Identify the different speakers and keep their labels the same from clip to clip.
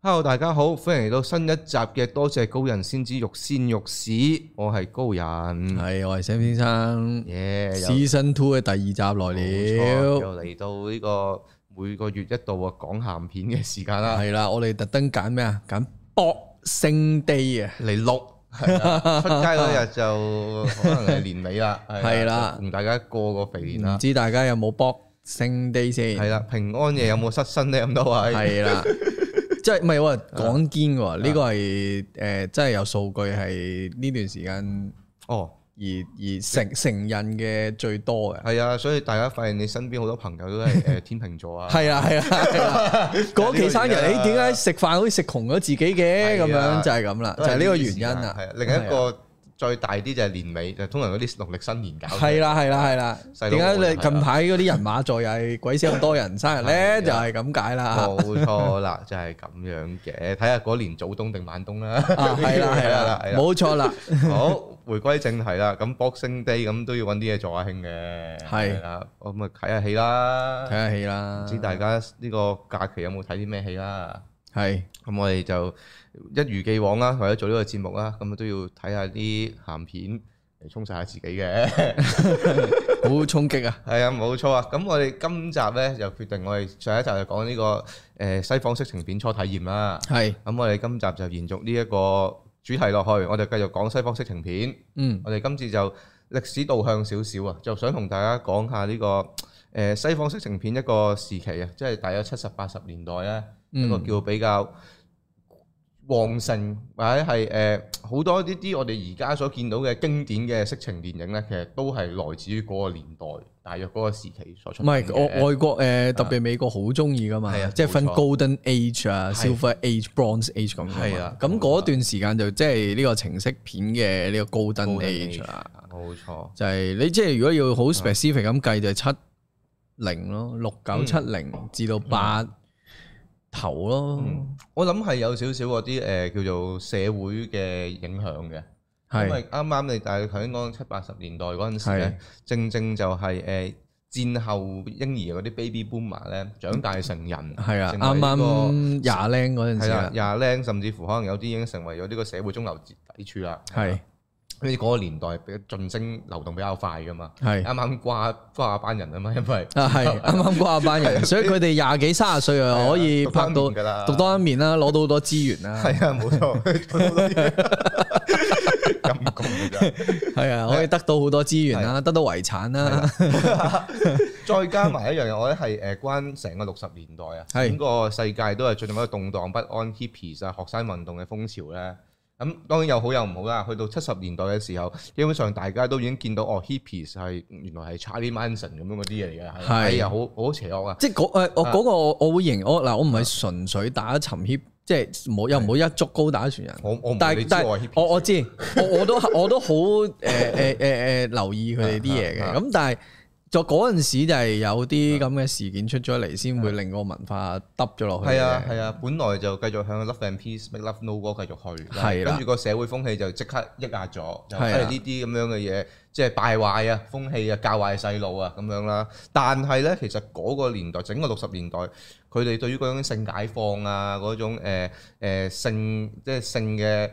Speaker 1: Hello，大家好，歡迎嚟到新一集嘅多謝高人先知欲仙欲史，我係高人，
Speaker 2: 系，我系 Sam 先生
Speaker 1: 耶，又
Speaker 2: ，Season Two 嘅第二集
Speaker 1: 嗯冇
Speaker 2: 來
Speaker 1: 錯
Speaker 2: 了，
Speaker 1: 又嚟到呢個每個月一度啊講鹹片嘅時間啦，
Speaker 2: 係啦，我哋特登揀咩啊？揀博聖地啊，
Speaker 1: 嚟錄。係 啊出街嗰日就可能係年尾啦，係啊
Speaker 2: 係啦
Speaker 1: 同大家過個肥年啦
Speaker 2: 唔，知大家有冇博聖地先？
Speaker 1: 係啊啦，平安夜有冇失身咧？咁多位
Speaker 2: 係 啦，即係唔係喎？講堅
Speaker 1: 啊
Speaker 2: 喎，呢個係诶，真係有數據係呢段時間
Speaker 1: 哦，
Speaker 2: 而而承承認嘅最多嘅。
Speaker 1: 係啊，所以大家發現你身邊好多朋友都係 誒天秤座啊，
Speaker 2: 係啦，係啦，係啦，嗰期生人，誒點解食飯好似食窮咗自己嘅咁
Speaker 1: 係啊
Speaker 2: 樣？就係咁啦，就
Speaker 1: 都
Speaker 2: 係呢個
Speaker 1: 啲
Speaker 2: 原
Speaker 1: 時
Speaker 2: 因
Speaker 1: 間
Speaker 2: 啦
Speaker 1: 係。啊，另一個再大啲就係年尾，就通常嗰啲農曆新年搞嘅。
Speaker 2: 係啦係啦係啦，
Speaker 1: 細佬
Speaker 2: 點
Speaker 1: 我
Speaker 2: 解
Speaker 1: 就係
Speaker 2: 你
Speaker 1: 啦
Speaker 2: 近排嗰啲人馬座又係鬼死咁多人生日咧？
Speaker 1: 係
Speaker 2: 就
Speaker 1: 啊
Speaker 2: 係咁解啦
Speaker 1: 冇錯啦， 就係咁樣嘅，睇下嗰年早冬定晚冬 啦。
Speaker 2: 啊，係啦係啦，
Speaker 1: 係
Speaker 2: 冇 錯啦，
Speaker 1: 好，回歸正題啦。咁 Boxing Day 咁都要揾啲嘢做下興嘅，
Speaker 2: 係
Speaker 1: 係啦。咁啊睇下戲啦
Speaker 2: 睇，下戲
Speaker 1: 唔
Speaker 2: 啦，
Speaker 1: 知大家呢個假期有冇睇啲咩戲啦？
Speaker 2: 係
Speaker 1: 咁我哋就一如既往啦，為咗做呢個節目啦，咁啊都要睇下啲鹹片嚟充實下自己嘅。
Speaker 2: 好衝擊啊！
Speaker 1: 係啊，冇錯啊！咁我哋今集咧就決定，我哋上一集就講呢、個呃西方色情片初體驗啦。
Speaker 2: 係
Speaker 1: 咁我哋今集就延續呢一個主題落去，我哋繼續講西方色情片。
Speaker 2: 嗯
Speaker 1: 我哋今次就歷史導向少少啊，就想同大家講下呢、個呃西方色情片一個時期啊，即係大約七十八十年代咧，一個
Speaker 2: 嗯
Speaker 1: 叫比較旺盛或者係誒好多呢啲我哋而家所見到嘅經典嘅色情電影咧，其實都係來自於嗰個年代，大約嗰個時期所出
Speaker 2: 唔
Speaker 1: 現嘅。
Speaker 2: 係我外國誒特別美國好中意噶嘛
Speaker 1: 啊係啊，
Speaker 2: 即係分
Speaker 1: 冇錯
Speaker 2: Golden Age 啊、
Speaker 1: 係
Speaker 2: Silver Age、Bronze Age 咁樣
Speaker 1: 係
Speaker 2: 啊
Speaker 1: 啊。
Speaker 2: 咁嗰段時間就即係呢個情色片嘅呢個 Golden
Speaker 1: Golden Age
Speaker 2: Age 啊啦。
Speaker 1: 冇錯，
Speaker 2: 就係你即係如果要
Speaker 1: 啊
Speaker 2: 好 specific 咁計，就係七零咯，六
Speaker 1: 嗯
Speaker 2: 九七零至到八頭咯，
Speaker 1: 我諗係有少少嗰啲誒叫做社會嘅影響嘅。因為
Speaker 2: 係
Speaker 1: 啱啱你大概頭先講七八十年代嗰陣時
Speaker 2: 係
Speaker 1: 咧，正正就係誒戰後嬰兒嗰啲 baby boomer 咧長大成人，
Speaker 2: 係啊，
Speaker 1: 成為
Speaker 2: 啱
Speaker 1: 呢個
Speaker 2: 啱廿零嗰陣
Speaker 1: 係
Speaker 2: 時
Speaker 1: 啦
Speaker 2: 啊，
Speaker 1: 廿零甚至乎可能有啲已經成為咗呢個社會中流砥柱啦。
Speaker 2: 係
Speaker 1: 因為嗰個年代比較晉升流動比較快噶嘛，
Speaker 2: 係
Speaker 1: 啊啱啱掛掛班人啊嘛，因為
Speaker 2: 啊係啱啱嗰一班
Speaker 1: 啊
Speaker 2: 人，所以佢哋廿幾三十歲啊，可以拍到
Speaker 1: 噶啦，
Speaker 2: 讀多一面啦，攞到好多資源啦，
Speaker 1: 係啊，冇 錯，讀多啲嘢陰公㗎真係啊
Speaker 2: 係啊，可以得到好多資源啦，得到遺產啦，
Speaker 1: 再加埋一樣嘢，我覺得係誒關成個六十年代啊，
Speaker 2: 係
Speaker 1: 整個世界都係進入一個動盪不安 hippies 啊學生運動嘅風潮咧。咁當然有好有唔好啦。去到七十年代嘅時候，基本上大家都已經見到哦 hippies 係原來係 Charlie Manson 咁樣嗰啲嘢嚟嘅，係
Speaker 2: 係
Speaker 1: 哎呀好好邪惡啊！
Speaker 2: 即係嗰誒我
Speaker 1: 啊
Speaker 2: 嗰個我我會認我嗱，我唔係純粹打沉協，即係冇又唔好一足高打一船人。
Speaker 1: 我我唔
Speaker 2: 但
Speaker 1: 你
Speaker 2: 係
Speaker 1: 知
Speaker 2: 但
Speaker 1: 我
Speaker 2: 係
Speaker 1: 係 hippies，
Speaker 2: 我我知，我我 都我都好誒誒誒誒留意佢哋啲嘢
Speaker 1: 啊
Speaker 2: 嘅。
Speaker 1: 啊
Speaker 2: 咁但係就嗰陣時就係有啲咁嘅事件出咗嚟，先會令個文化耷咗落去嘅。
Speaker 1: 係啊係啊，本來就繼續向 Love and Peace、Make Love No War 繼續去，
Speaker 2: 係啦
Speaker 1: 跟住個社會風氣就即刻抑壓咗，就
Speaker 2: 係啦
Speaker 1: 係呢啲咁樣嘅嘢，即係敗壞啊、風氣啊、教壞細路啊咁樣啦。但係咧，其實嗰個年代，整個六十年代，佢哋對於嗰種性解放啊、嗰種誒、呃呃性即係性嘅。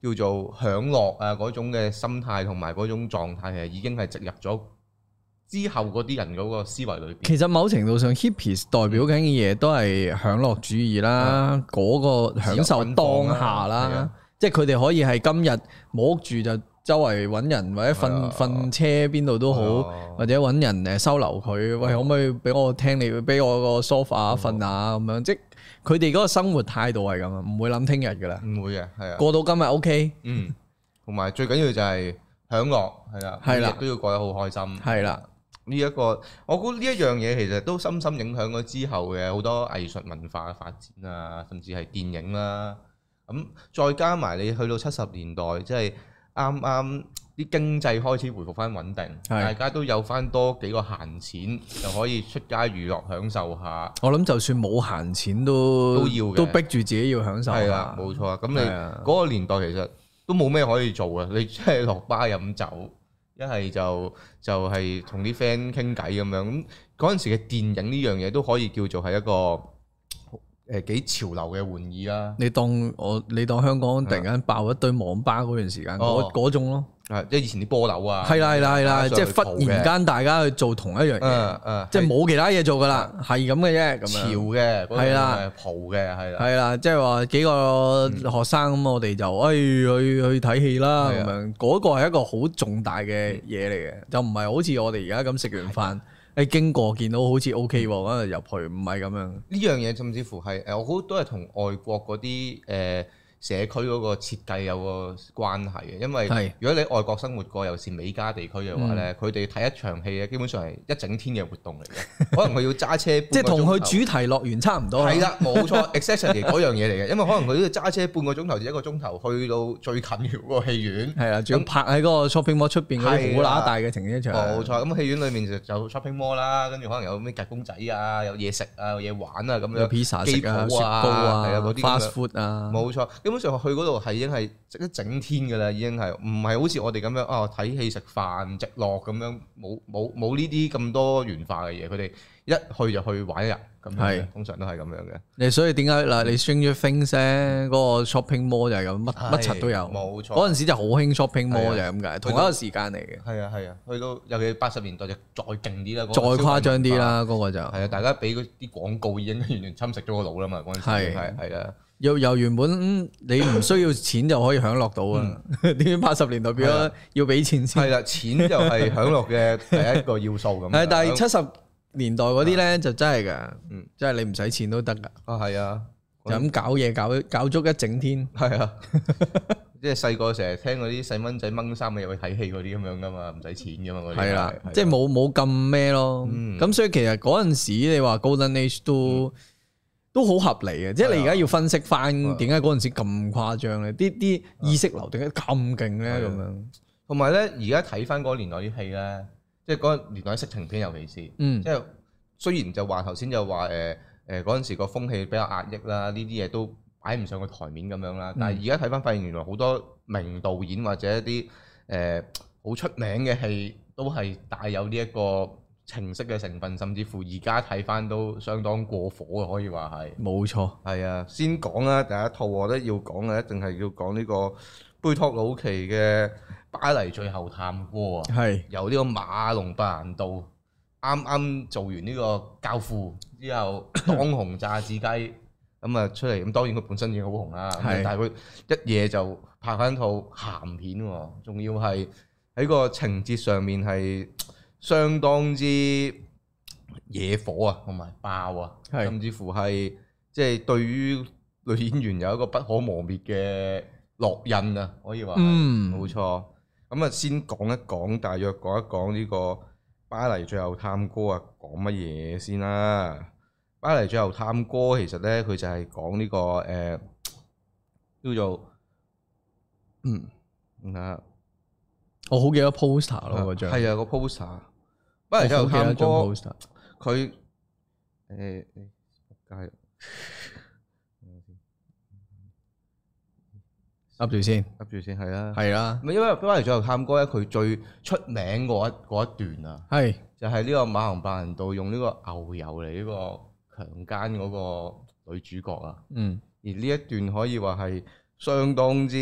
Speaker 1: 叫做享樂啊嗰種嘅心態同埋嗰種狀態，其實已經係植入咗之後嗰啲人嗰個思維裏邊。
Speaker 2: 其實某程度上，hippies 代表緊嘅嘢都係享樂主義啦，嗰個享受
Speaker 1: 啊自由
Speaker 2: 當下
Speaker 1: 奔放啦係
Speaker 2: 啦
Speaker 1: 啊，
Speaker 2: 即係佢哋可以係今日冇屋住就周圍揾人，或者
Speaker 1: 係啊
Speaker 2: 瞓瞓車邊度都好，
Speaker 1: 哦
Speaker 2: 或者揾人誒收留佢，喂，可唔可以俾我聽你俾我個 sofa 瞓啊
Speaker 1: 哦
Speaker 2: 咁樣，即係佢哋嗰個生活態度係咁啊，唔會諗聽日噶啦，
Speaker 1: 唔會嘅，係啊。
Speaker 2: 過到今日 OK
Speaker 1: 嗯，同埋最緊要就係享樂，係啦，
Speaker 2: 係啦
Speaker 1: 每日都要過得好開心。
Speaker 2: 係啦，
Speaker 1: 呢一個，我估呢一樣嘢其實都深深影響咗之後嘅好多藝術文化嘅發展啊，甚至係電影啦、咁再加埋你去到七十年代，即係啱啱啲經濟開始回復翻穩定，
Speaker 2: 係
Speaker 1: 大家都有翻多幾個閒錢，就可以出街娛樂享受下。
Speaker 2: 我諗就算冇閒錢都
Speaker 1: 都要嘅
Speaker 2: 都逼住自己要享受
Speaker 1: 係啦
Speaker 2: 下，，
Speaker 1: 冇錯啊！咁你
Speaker 2: 係啊
Speaker 1: 嗰個年代其實都冇咩可以做嘅，你即係落巴飲酒，一係就就係同啲 friend 傾偈咁樣。咁嗰陣時嘅電影呢樣嘢都可以叫做係一個誒幾潮流嘅玩意啦。
Speaker 2: 你當我你當香港突然間爆一堆網吧嗰段時間，嗰
Speaker 1: 哦
Speaker 2: 嗰種咯，
Speaker 1: 啊，即係以前啲波樓啊，
Speaker 2: 係啦係啦係啦，
Speaker 1: 啊
Speaker 2: 即係忽然，間大家去做同一樣嘢，
Speaker 1: 嗯嗯，
Speaker 2: 即係
Speaker 1: 係啊
Speaker 2: 冇其他嘢做噶啦，係咁嘅啫，咁
Speaker 1: 潮
Speaker 2: 樣。
Speaker 1: 嘅，嗰種
Speaker 2: 係啦
Speaker 1: 係蒲嘅，係啦，
Speaker 2: 係啦，即係話幾個學生咁，我哋就誒去去睇戲啦
Speaker 1: 嗯
Speaker 2: 咁
Speaker 1: 係啊嗯
Speaker 2: 樣。嗰個係一個好重大嘅嘢嚟嘅，就唔係好似我哋而家咁食完飯，你經過見到好似 O K 喎，咁啊就入去，唔係咁樣。
Speaker 1: 呢樣嘢甚至乎係呃誒，我估都係同外國嗰啲誒社區嗰個設計有個關係嘅，因
Speaker 2: 係嗯
Speaker 1: 為如果你外國生活過，尤其是美加地區嘅話咧，佢哋睇一場戲咧，基本上係一整天嘅活動嚟嘅， 可能佢要揸車，
Speaker 2: 即係同佢主題樂園差唔多啦。
Speaker 1: 係啦，冇錯，exactly 嗰樣嘢嚟嘅，因為可能佢要揸車半個鐘頭至一個鐘頭去到最近嘅嗰個戲 院。
Speaker 2: 係啦，仲要拍喺嗰個 shopping mall 出邊嗰啲
Speaker 1: 係啦
Speaker 2: 好乸大嘅停車場。
Speaker 1: 冇錯，咁戲院裏面就有 shopping mall 啦，跟住可能有咩夾公仔啊，有嘢食啊，有嘢玩啊咁樣，
Speaker 2: 有 pizza
Speaker 1: 機
Speaker 2: 食啊，雪
Speaker 1: 鋪
Speaker 2: 糕啊
Speaker 1: 係啊嗰啲咁
Speaker 2: ，fast
Speaker 1: 樣
Speaker 2: food 啊，
Speaker 1: 冇錯，基本上去嗰度係已經係一整天㗎啦，已經係唔係好似我哋咁樣啊睇戲食飯直落咁樣，冇冇冇呢啲咁多元化嘅嘢，佢哋一去就去玩一日咁樣嘅
Speaker 2: 係，
Speaker 1: 通常都係咁樣嘅。
Speaker 2: 你所以點解嗱？
Speaker 1: 嗯
Speaker 2: 你 Stranger Things 咧，嗰個 shopping mall 就係咁，乜
Speaker 1: 係
Speaker 2: 乜柒都有。
Speaker 1: 冇錯
Speaker 2: 嗰陣時就好興 shopping
Speaker 1: 係
Speaker 2: mall
Speaker 1: 啊
Speaker 2: 就係咁解，同一個時間嚟嘅，
Speaker 1: 係啊係啊，去到尤其八十年代就再勁啲啦，嗰個
Speaker 2: 再
Speaker 1: 消費
Speaker 2: 誇張啲
Speaker 1: 文化。
Speaker 2: 啦，嗰個就
Speaker 1: 係啊，大家俾嗰啲廣告已經完全侵蝕咗個腦啦嘛，嗰陣時已經係係啦。
Speaker 2: 由由原本嗯你唔需要錢就可以享樂到啊， 點解八十年代
Speaker 1: 嗯
Speaker 2: 變
Speaker 1: 係啊
Speaker 2: 咗要俾錢先？
Speaker 1: 係啦，錢就係享樂嘅第一個要素咁樣。
Speaker 2: 係，但係七十年代嗰啲咧就真係㗎
Speaker 1: 啊嗯，
Speaker 2: 即係你唔使錢都得㗎，
Speaker 1: 啊係啊，
Speaker 2: 就咁搞嘢搞搞足一整天。
Speaker 1: 係啊，即係細個成日聽嗰啲細蚊仔掹衫嘅入去睇戲嗰啲咁樣噶嘛，唔使錢噶嘛嗰啲。
Speaker 2: 係啦，
Speaker 1: 係
Speaker 2: 即係冇冇咁咩咯。
Speaker 1: 嗯嗯
Speaker 2: 咁、所以其實嗰陣時你話 Golden Age 都、都好合理嘅，即係
Speaker 1: 啊
Speaker 2: 你而家要分析翻點解嗰陣時咁誇張咧？啲啲意識流點解咁勁咧？
Speaker 1: 啊係
Speaker 2: 咁
Speaker 1: 啊
Speaker 2: 樣
Speaker 1: 同埋咧，而家睇翻嗰個年代啲戲咧，即係嗰個年代啲色情片尤其是。
Speaker 2: 嗯
Speaker 1: 即係雖然就話頭先就話誒誒嗰陣時個風氣比較壓抑啦，呢啲嘢都擺唔上個台面咁樣啦。但係而家睇翻發現，原來好多名導演或者一啲誒好出名嘅戲，都係帶有呢一個情色嘅成分，甚至乎而家睇翻都相當過火嘅，可以話係。
Speaker 2: 冇錯，
Speaker 1: 係啊，先講啦，第一套我覺得要講嘅一定係要講呢個貝托魯奇嘅《巴黎最後探戈》啊。
Speaker 2: 係
Speaker 1: 由呢個馬龍白蘭度啱啱做完呢個教父之後， 當紅炸子雞咁啊出嚟，咁當然佢本身已經好紅啦，咁
Speaker 2: 係
Speaker 1: 啊但係佢一夜就拍翻套鹹片喎，仲要係喺個情節上面係相當之野火啊，同埋爆啊，
Speaker 2: 係
Speaker 1: 甚至乎係即係對於女演員有一個不可磨滅嘅烙印啊，可以話係。
Speaker 2: 嗯
Speaker 1: 冇錯。咁啊，先講一講，大約講一講呢個巴黎最後探戈啊，講乜嘢先啦？巴黎最後探戈其實咧，佢就係講呢個誒、呃叫做嗯啊，
Speaker 2: 我好記得 poster 咯嗰張，
Speaker 1: 係啊個 poster。
Speaker 2: 我
Speaker 1: 巴黎最後
Speaker 2: 好記得
Speaker 1: 探戈
Speaker 2: 張 poster，
Speaker 1: 佢誒誒，街
Speaker 2: 噏住先，
Speaker 1: 噏住先係啊啦。
Speaker 2: 係啦，
Speaker 1: 咪因為巴黎最後探戈咧，佢最出名嗰一嗰一段啊。
Speaker 2: 係
Speaker 1: 就係呢個馬龍白蘭度用呢個牛油嚟呢個強姦嗰個女主角啊，
Speaker 2: 嗯
Speaker 1: 而呢一段可以話係相當之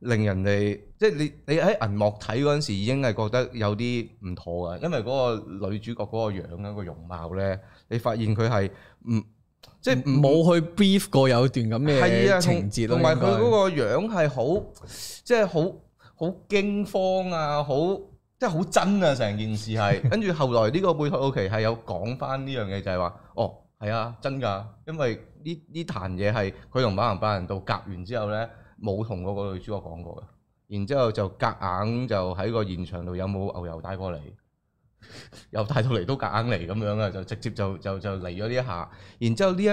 Speaker 1: 令人哋，即係你你喺銀幕睇嗰陣時已經係覺得有啲唔妥嘅，因為嗰個女主角嗰個樣啊個容貌咧，你發現佢係唔即係唔
Speaker 2: 嗯冇去 brief 過有段咁
Speaker 1: 係
Speaker 2: 嘅
Speaker 1: 啊，
Speaker 2: 情節咯，
Speaker 1: 同同埋
Speaker 2: 應
Speaker 1: 佢
Speaker 2: 該
Speaker 1: 嗰個樣係好，即係好好驚慌啊，好即係好真啊！成件事 係，跟住後來呢個貝托奧奇係有講翻呢樣嘢，就係話，哦，係啊，真㗎，因為呢呢壇嘢係佢同馬龍白蘭度夾完之後咧，冇同嗰個女主角講過嘅，然之後就夾硬就喺個現場度有冇牛油帶過嚟。 由大到嚟都夾硬嚟咁樣啊，就直接就就就嚟咗呢一下。然之後呢一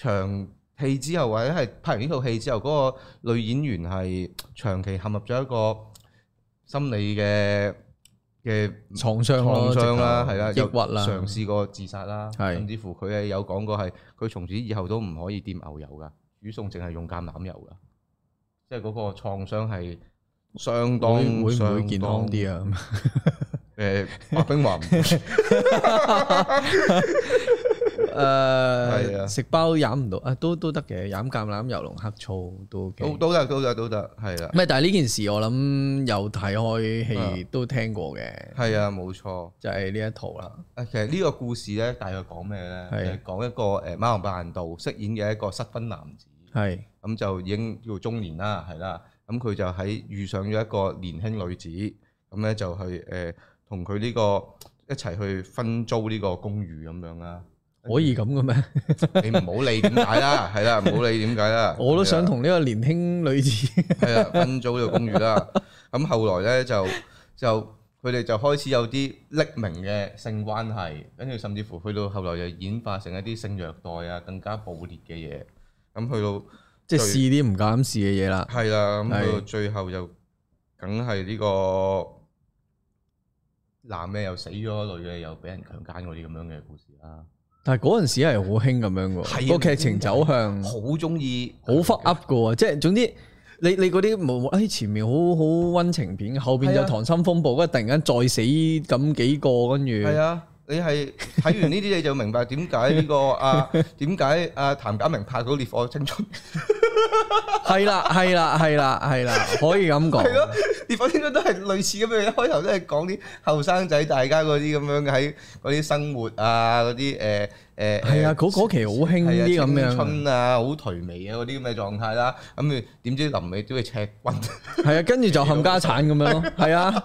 Speaker 1: 場戲之後，或者係拍完呢套戲之後，嗰、個女演員係長期陷入咗一個心理嘅嘅
Speaker 2: 創傷
Speaker 1: 創
Speaker 2: 咯，
Speaker 1: 傷啦，
Speaker 2: 直頭
Speaker 1: 係啦，
Speaker 2: 抑鬱啦，
Speaker 1: 又嘗試過自殺啦，
Speaker 2: 係
Speaker 1: 甚至乎佢係有講過係佢從此以後都唔可以掂牛油噶，煮餸淨係用橄欖油噶，即係嗰個創傷係相當
Speaker 2: 會會唔會健康啲
Speaker 1: 啊？
Speaker 2: 啊？
Speaker 1: 誒，白冰話唔會係啊
Speaker 2: 誒食包飲唔到啊，都都得嘅，飲橄欖油龍黑醋都 OK
Speaker 1: 都都得都得都得，係啦，
Speaker 2: 咩？但係呢件事我諗有睇開戲
Speaker 1: 嗯
Speaker 2: 都聽過嘅，
Speaker 1: 係啊，冇錯。
Speaker 2: 就係呢一套啦。
Speaker 1: 啊，其實呢個故事咧，大概講咩咧？
Speaker 2: 係
Speaker 1: 就係講一個誒馬龍白蘭度飾演嘅一個失婚男子，
Speaker 2: 係
Speaker 1: 咁就已經叫中年啦，係啦。咁佢就喺遇上咗一個年輕女子，咁咧就去誒同佢呢個一齊去分租呢個公寓咁樣啦。
Speaker 2: 可以咁嘅 咩？
Speaker 1: 你唔好理點解 啦，係啦，唔好理點解啦。
Speaker 2: 我都想
Speaker 1: 係啦
Speaker 2: 同呢個年輕 女子
Speaker 1: 係啦，分組呢個公寓啦。咁後來咧就就佢哋就開始有啲匿名嘅性關係，跟住甚至乎去到後來又演化成一啲性虐待啊，更加暴烈嘅嘢。咁去到
Speaker 2: 即係試啲唔夠膽試嘅嘢啦。
Speaker 1: 係啦，咁去到
Speaker 2: 係
Speaker 1: 最後就梗係呢個男嘅又死咗，女嘅又俾人強姦嗰啲咁樣嘅故事啦。
Speaker 2: 但係嗰陣時係好興咁樣嘅
Speaker 1: 係啊
Speaker 2: 喎，個劇情走向好
Speaker 1: 好中意
Speaker 2: fuck up 嘅喎，即係總之。你你嗰啲冇誒前面好好温情片，後邊
Speaker 1: 係
Speaker 2: 就
Speaker 1: 啊
Speaker 2: 溏心風暴，跟住突然間再死咁幾個，跟住
Speaker 1: 係啊，你係睇完呢啲你就明白點解呢個 啊點解啊譚家明拍到《烈火青春》。
Speaker 2: 哦係啦係啦係啦係啦，可以咁
Speaker 1: 係
Speaker 2: 講
Speaker 1: 咯。，烈火青春都係類似咁樣，一開頭都係講啲後生仔大家嗰啲咁樣喺嗰啲生活啊，嗰啲誒誒
Speaker 2: 係啊，嗰嗰期好興
Speaker 1: 係啊
Speaker 2: 啲咁
Speaker 1: 青
Speaker 2: 樣，
Speaker 1: 春啊，好頹靡啊嗰啲咁嘅狀態啦。咁點知臨尾都要赤軍，
Speaker 2: 係啊，跟住就冚家產咁樣咯， 係啊，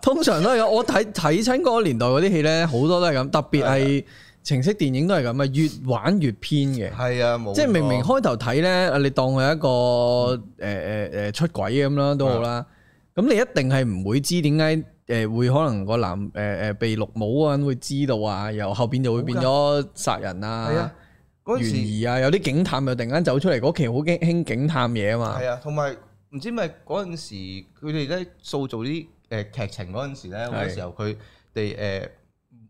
Speaker 2: 通常都係咁。我睇睇親嗰個年代嗰啲戲咧，好多都係咁，特別
Speaker 1: 啊
Speaker 2: 係情色電影都係咁啊，越玩越偏嘅。
Speaker 1: 係啊冇錯。
Speaker 2: 即係明明開頭睇咧，你當佢係一個
Speaker 1: 嗯
Speaker 2: 誒誒誒出軌咁啦，都好啦。咁你一定係唔會知點解誒會可能個男誒誒、呃被綠帽嗰個人會知道啊，又後邊就會變咗殺人
Speaker 1: 係
Speaker 2: 啊
Speaker 1: 啊、嗰陣
Speaker 2: 懸
Speaker 1: 時
Speaker 2: 疑啊，有啲警探又突然間走出嚟，嗰期好驚興警探嘢啊嘛。
Speaker 1: 係啊，同埋唔知咪嗰陣時佢哋咧塑造啲誒劇情嗰陣時咧，好多
Speaker 2: 係
Speaker 1: 時候佢哋誒。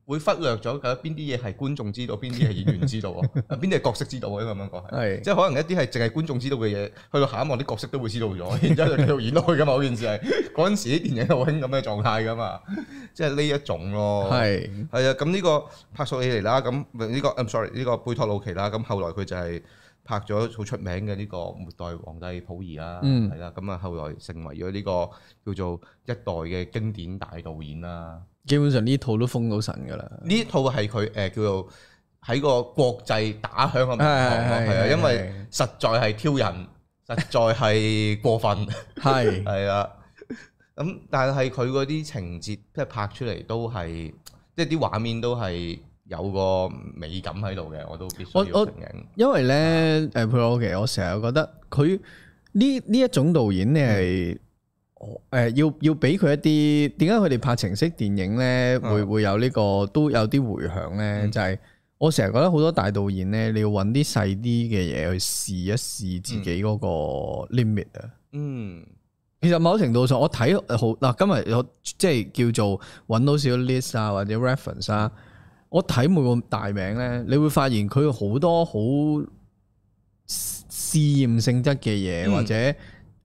Speaker 1: 會忽略咗究竟邊啲嘢係觀眾知道，邊啲係演員知 道喎，啊邊啲係角色知道喎，咁樣講係。啊
Speaker 2: 係
Speaker 1: 即係可能一啲係淨係觀眾知道嘅嘢，去到下一幕啲角色都會知道咗， 然之後就繼續演落去噶嘛。嗰件事係嗰陣時啲電影好興咁嘅狀態噶嘛，即係呢一種咯。
Speaker 2: 係
Speaker 1: 係啊，咁呢個拍索起嚟啦，咁呢個 I'm sorry 呢個貝托魯奇啦，咁後來佢就係拍咗好出名嘅呢個末代皇帝溥儀啦，
Speaker 2: 嗯
Speaker 1: 係啦、咁啊後來成為咗呢個叫做一代嘅經典大導演啦。
Speaker 2: 基本上呢套都封到神㗎啦。
Speaker 1: 呢套係佢誒叫做喺個國際打響嘅名堂咯
Speaker 2: 係係
Speaker 1: 係啊，
Speaker 2: 係
Speaker 1: 因為實在係挑人，實在係過分，
Speaker 2: 係
Speaker 1: 係啊。咁但係佢嗰啲情節即係拍出嚟都係，即係啲畫面都係有個美感喺度嘅，我都必須
Speaker 2: 我
Speaker 1: 要
Speaker 2: 我
Speaker 1: 承認。
Speaker 2: 因為咧，誒 p r o 我成日覺得佢呢呢一種導演你係哦誒、要要俾佢一啲點解佢哋拍情色電影咧，
Speaker 1: 嗯
Speaker 2: 會會有呢、個都有啲迴響咧，就係、我成日覺得好多大導演咧，你要揾啲細啲嘅嘢去試一試自己嗰個 limit 啊。
Speaker 1: 嗯，
Speaker 2: 其實某程度上，我睇好嗱，今日我即係叫做揾到少少 list 啊，或者 reference 啊，我睇每個大名咧，你會發現佢好多好試驗性質嘅嘢，
Speaker 1: 嗯
Speaker 2: 或者誒、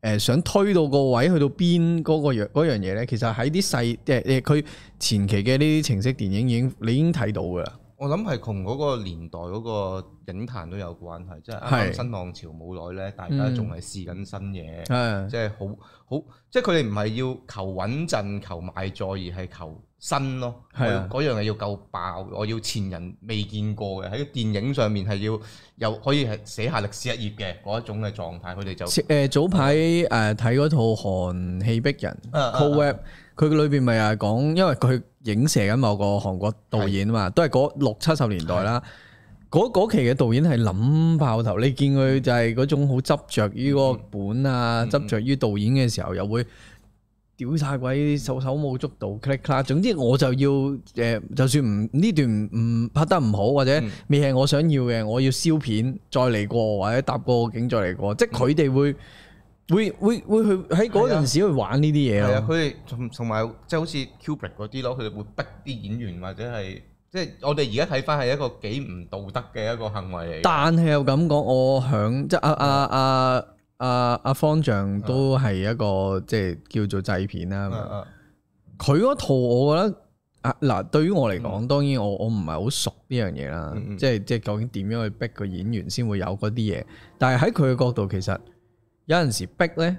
Speaker 2: 呃想推到個位去到邊嗰個樣嗰樣嘢咧，其實喺啲細即係佢前期嘅呢啲情色電影已經你已經睇到噶啦，
Speaker 1: 我諗係同嗰個年代嗰個影壇都有關係，即係啱啱
Speaker 2: 係嗯
Speaker 1: 新浪潮冇耐咧，大家仲係試緊新嘢。
Speaker 2: 係
Speaker 1: 即係好好，即係佢哋唔係要求穩陣、求賣座，而係求新咯。
Speaker 2: 係啊
Speaker 1: 我要嗰樣嘢要夠爆，我要前人未見過嘅，喺電影上面係要又可以係寫下歷史一頁嘅嗰一種嘅狀態，佢哋就
Speaker 2: 誒、呃早排誒睇嗰套《韓戲逼人》
Speaker 1: 啊啊
Speaker 2: c o w e b 佢裏邊咪係講，因為佢影射緊某個韓國導演啊嘛，都係嗰六七十年代啦。嗰嗰期嘅導演係諗爆頭，你見佢就係嗰種好執着於嗰個本啊，
Speaker 1: 嗯嗯
Speaker 2: 執着於導演嘅時候，又會屌晒鬼手手舞足蹈 click c l a 總之我就要誒、呃就算唔呢段唔唔拍得唔好，或者
Speaker 1: 嗯
Speaker 2: 未係我想要嘅，我要燒片再嚟過，或者搭過個景再嚟過，即係
Speaker 1: 嗯
Speaker 2: 佢哋會。會會會去喺嗰
Speaker 1: 啊
Speaker 2: 陣時去玩呢啲嘢
Speaker 1: 係啊，
Speaker 2: 咯，
Speaker 1: 佢哋同同埋即係好似 Kubrick 嗰啲咯，佢哋會逼啲演員或者係即係我哋而家睇翻係一個幾唔道德嘅一個行為嚟嘅。
Speaker 2: 但係又咁講，我響即係阿
Speaker 1: 啊
Speaker 2: 啊阿阿阿阿啊方丈都係一個即係叫做製片啦。
Speaker 1: 啊
Speaker 2: 咁樣
Speaker 1: 啊
Speaker 2: 佢嗰套我覺得啊嗱，對於我嚟講，當然我我唔係好熟呢樣嘢啦，
Speaker 1: 嗯嗯嗯
Speaker 2: 即係即係究竟點樣去逼個演員先會有嗰啲嘢？但係喺佢嘅角度，其實有陣時逼呢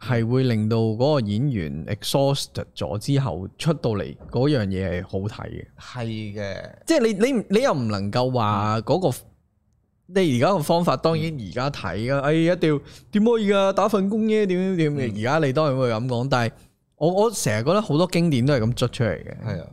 Speaker 2: 係會令到嗰個演員 exhausted 咗之後出到嚟嗰樣嘢係好睇嘅。
Speaker 1: 係嘅，
Speaker 2: 即係你你你又唔能夠
Speaker 1: 嗯
Speaker 2: 話嗰、個。你而家個方法當然而家睇啦，哎一定要點可以噶打份工啫，點
Speaker 1: 嗯
Speaker 2: 點點。而家你當然會咁講，但係我我成日覺得好多經典都係咁捽出嚟嘅。
Speaker 1: 係啊，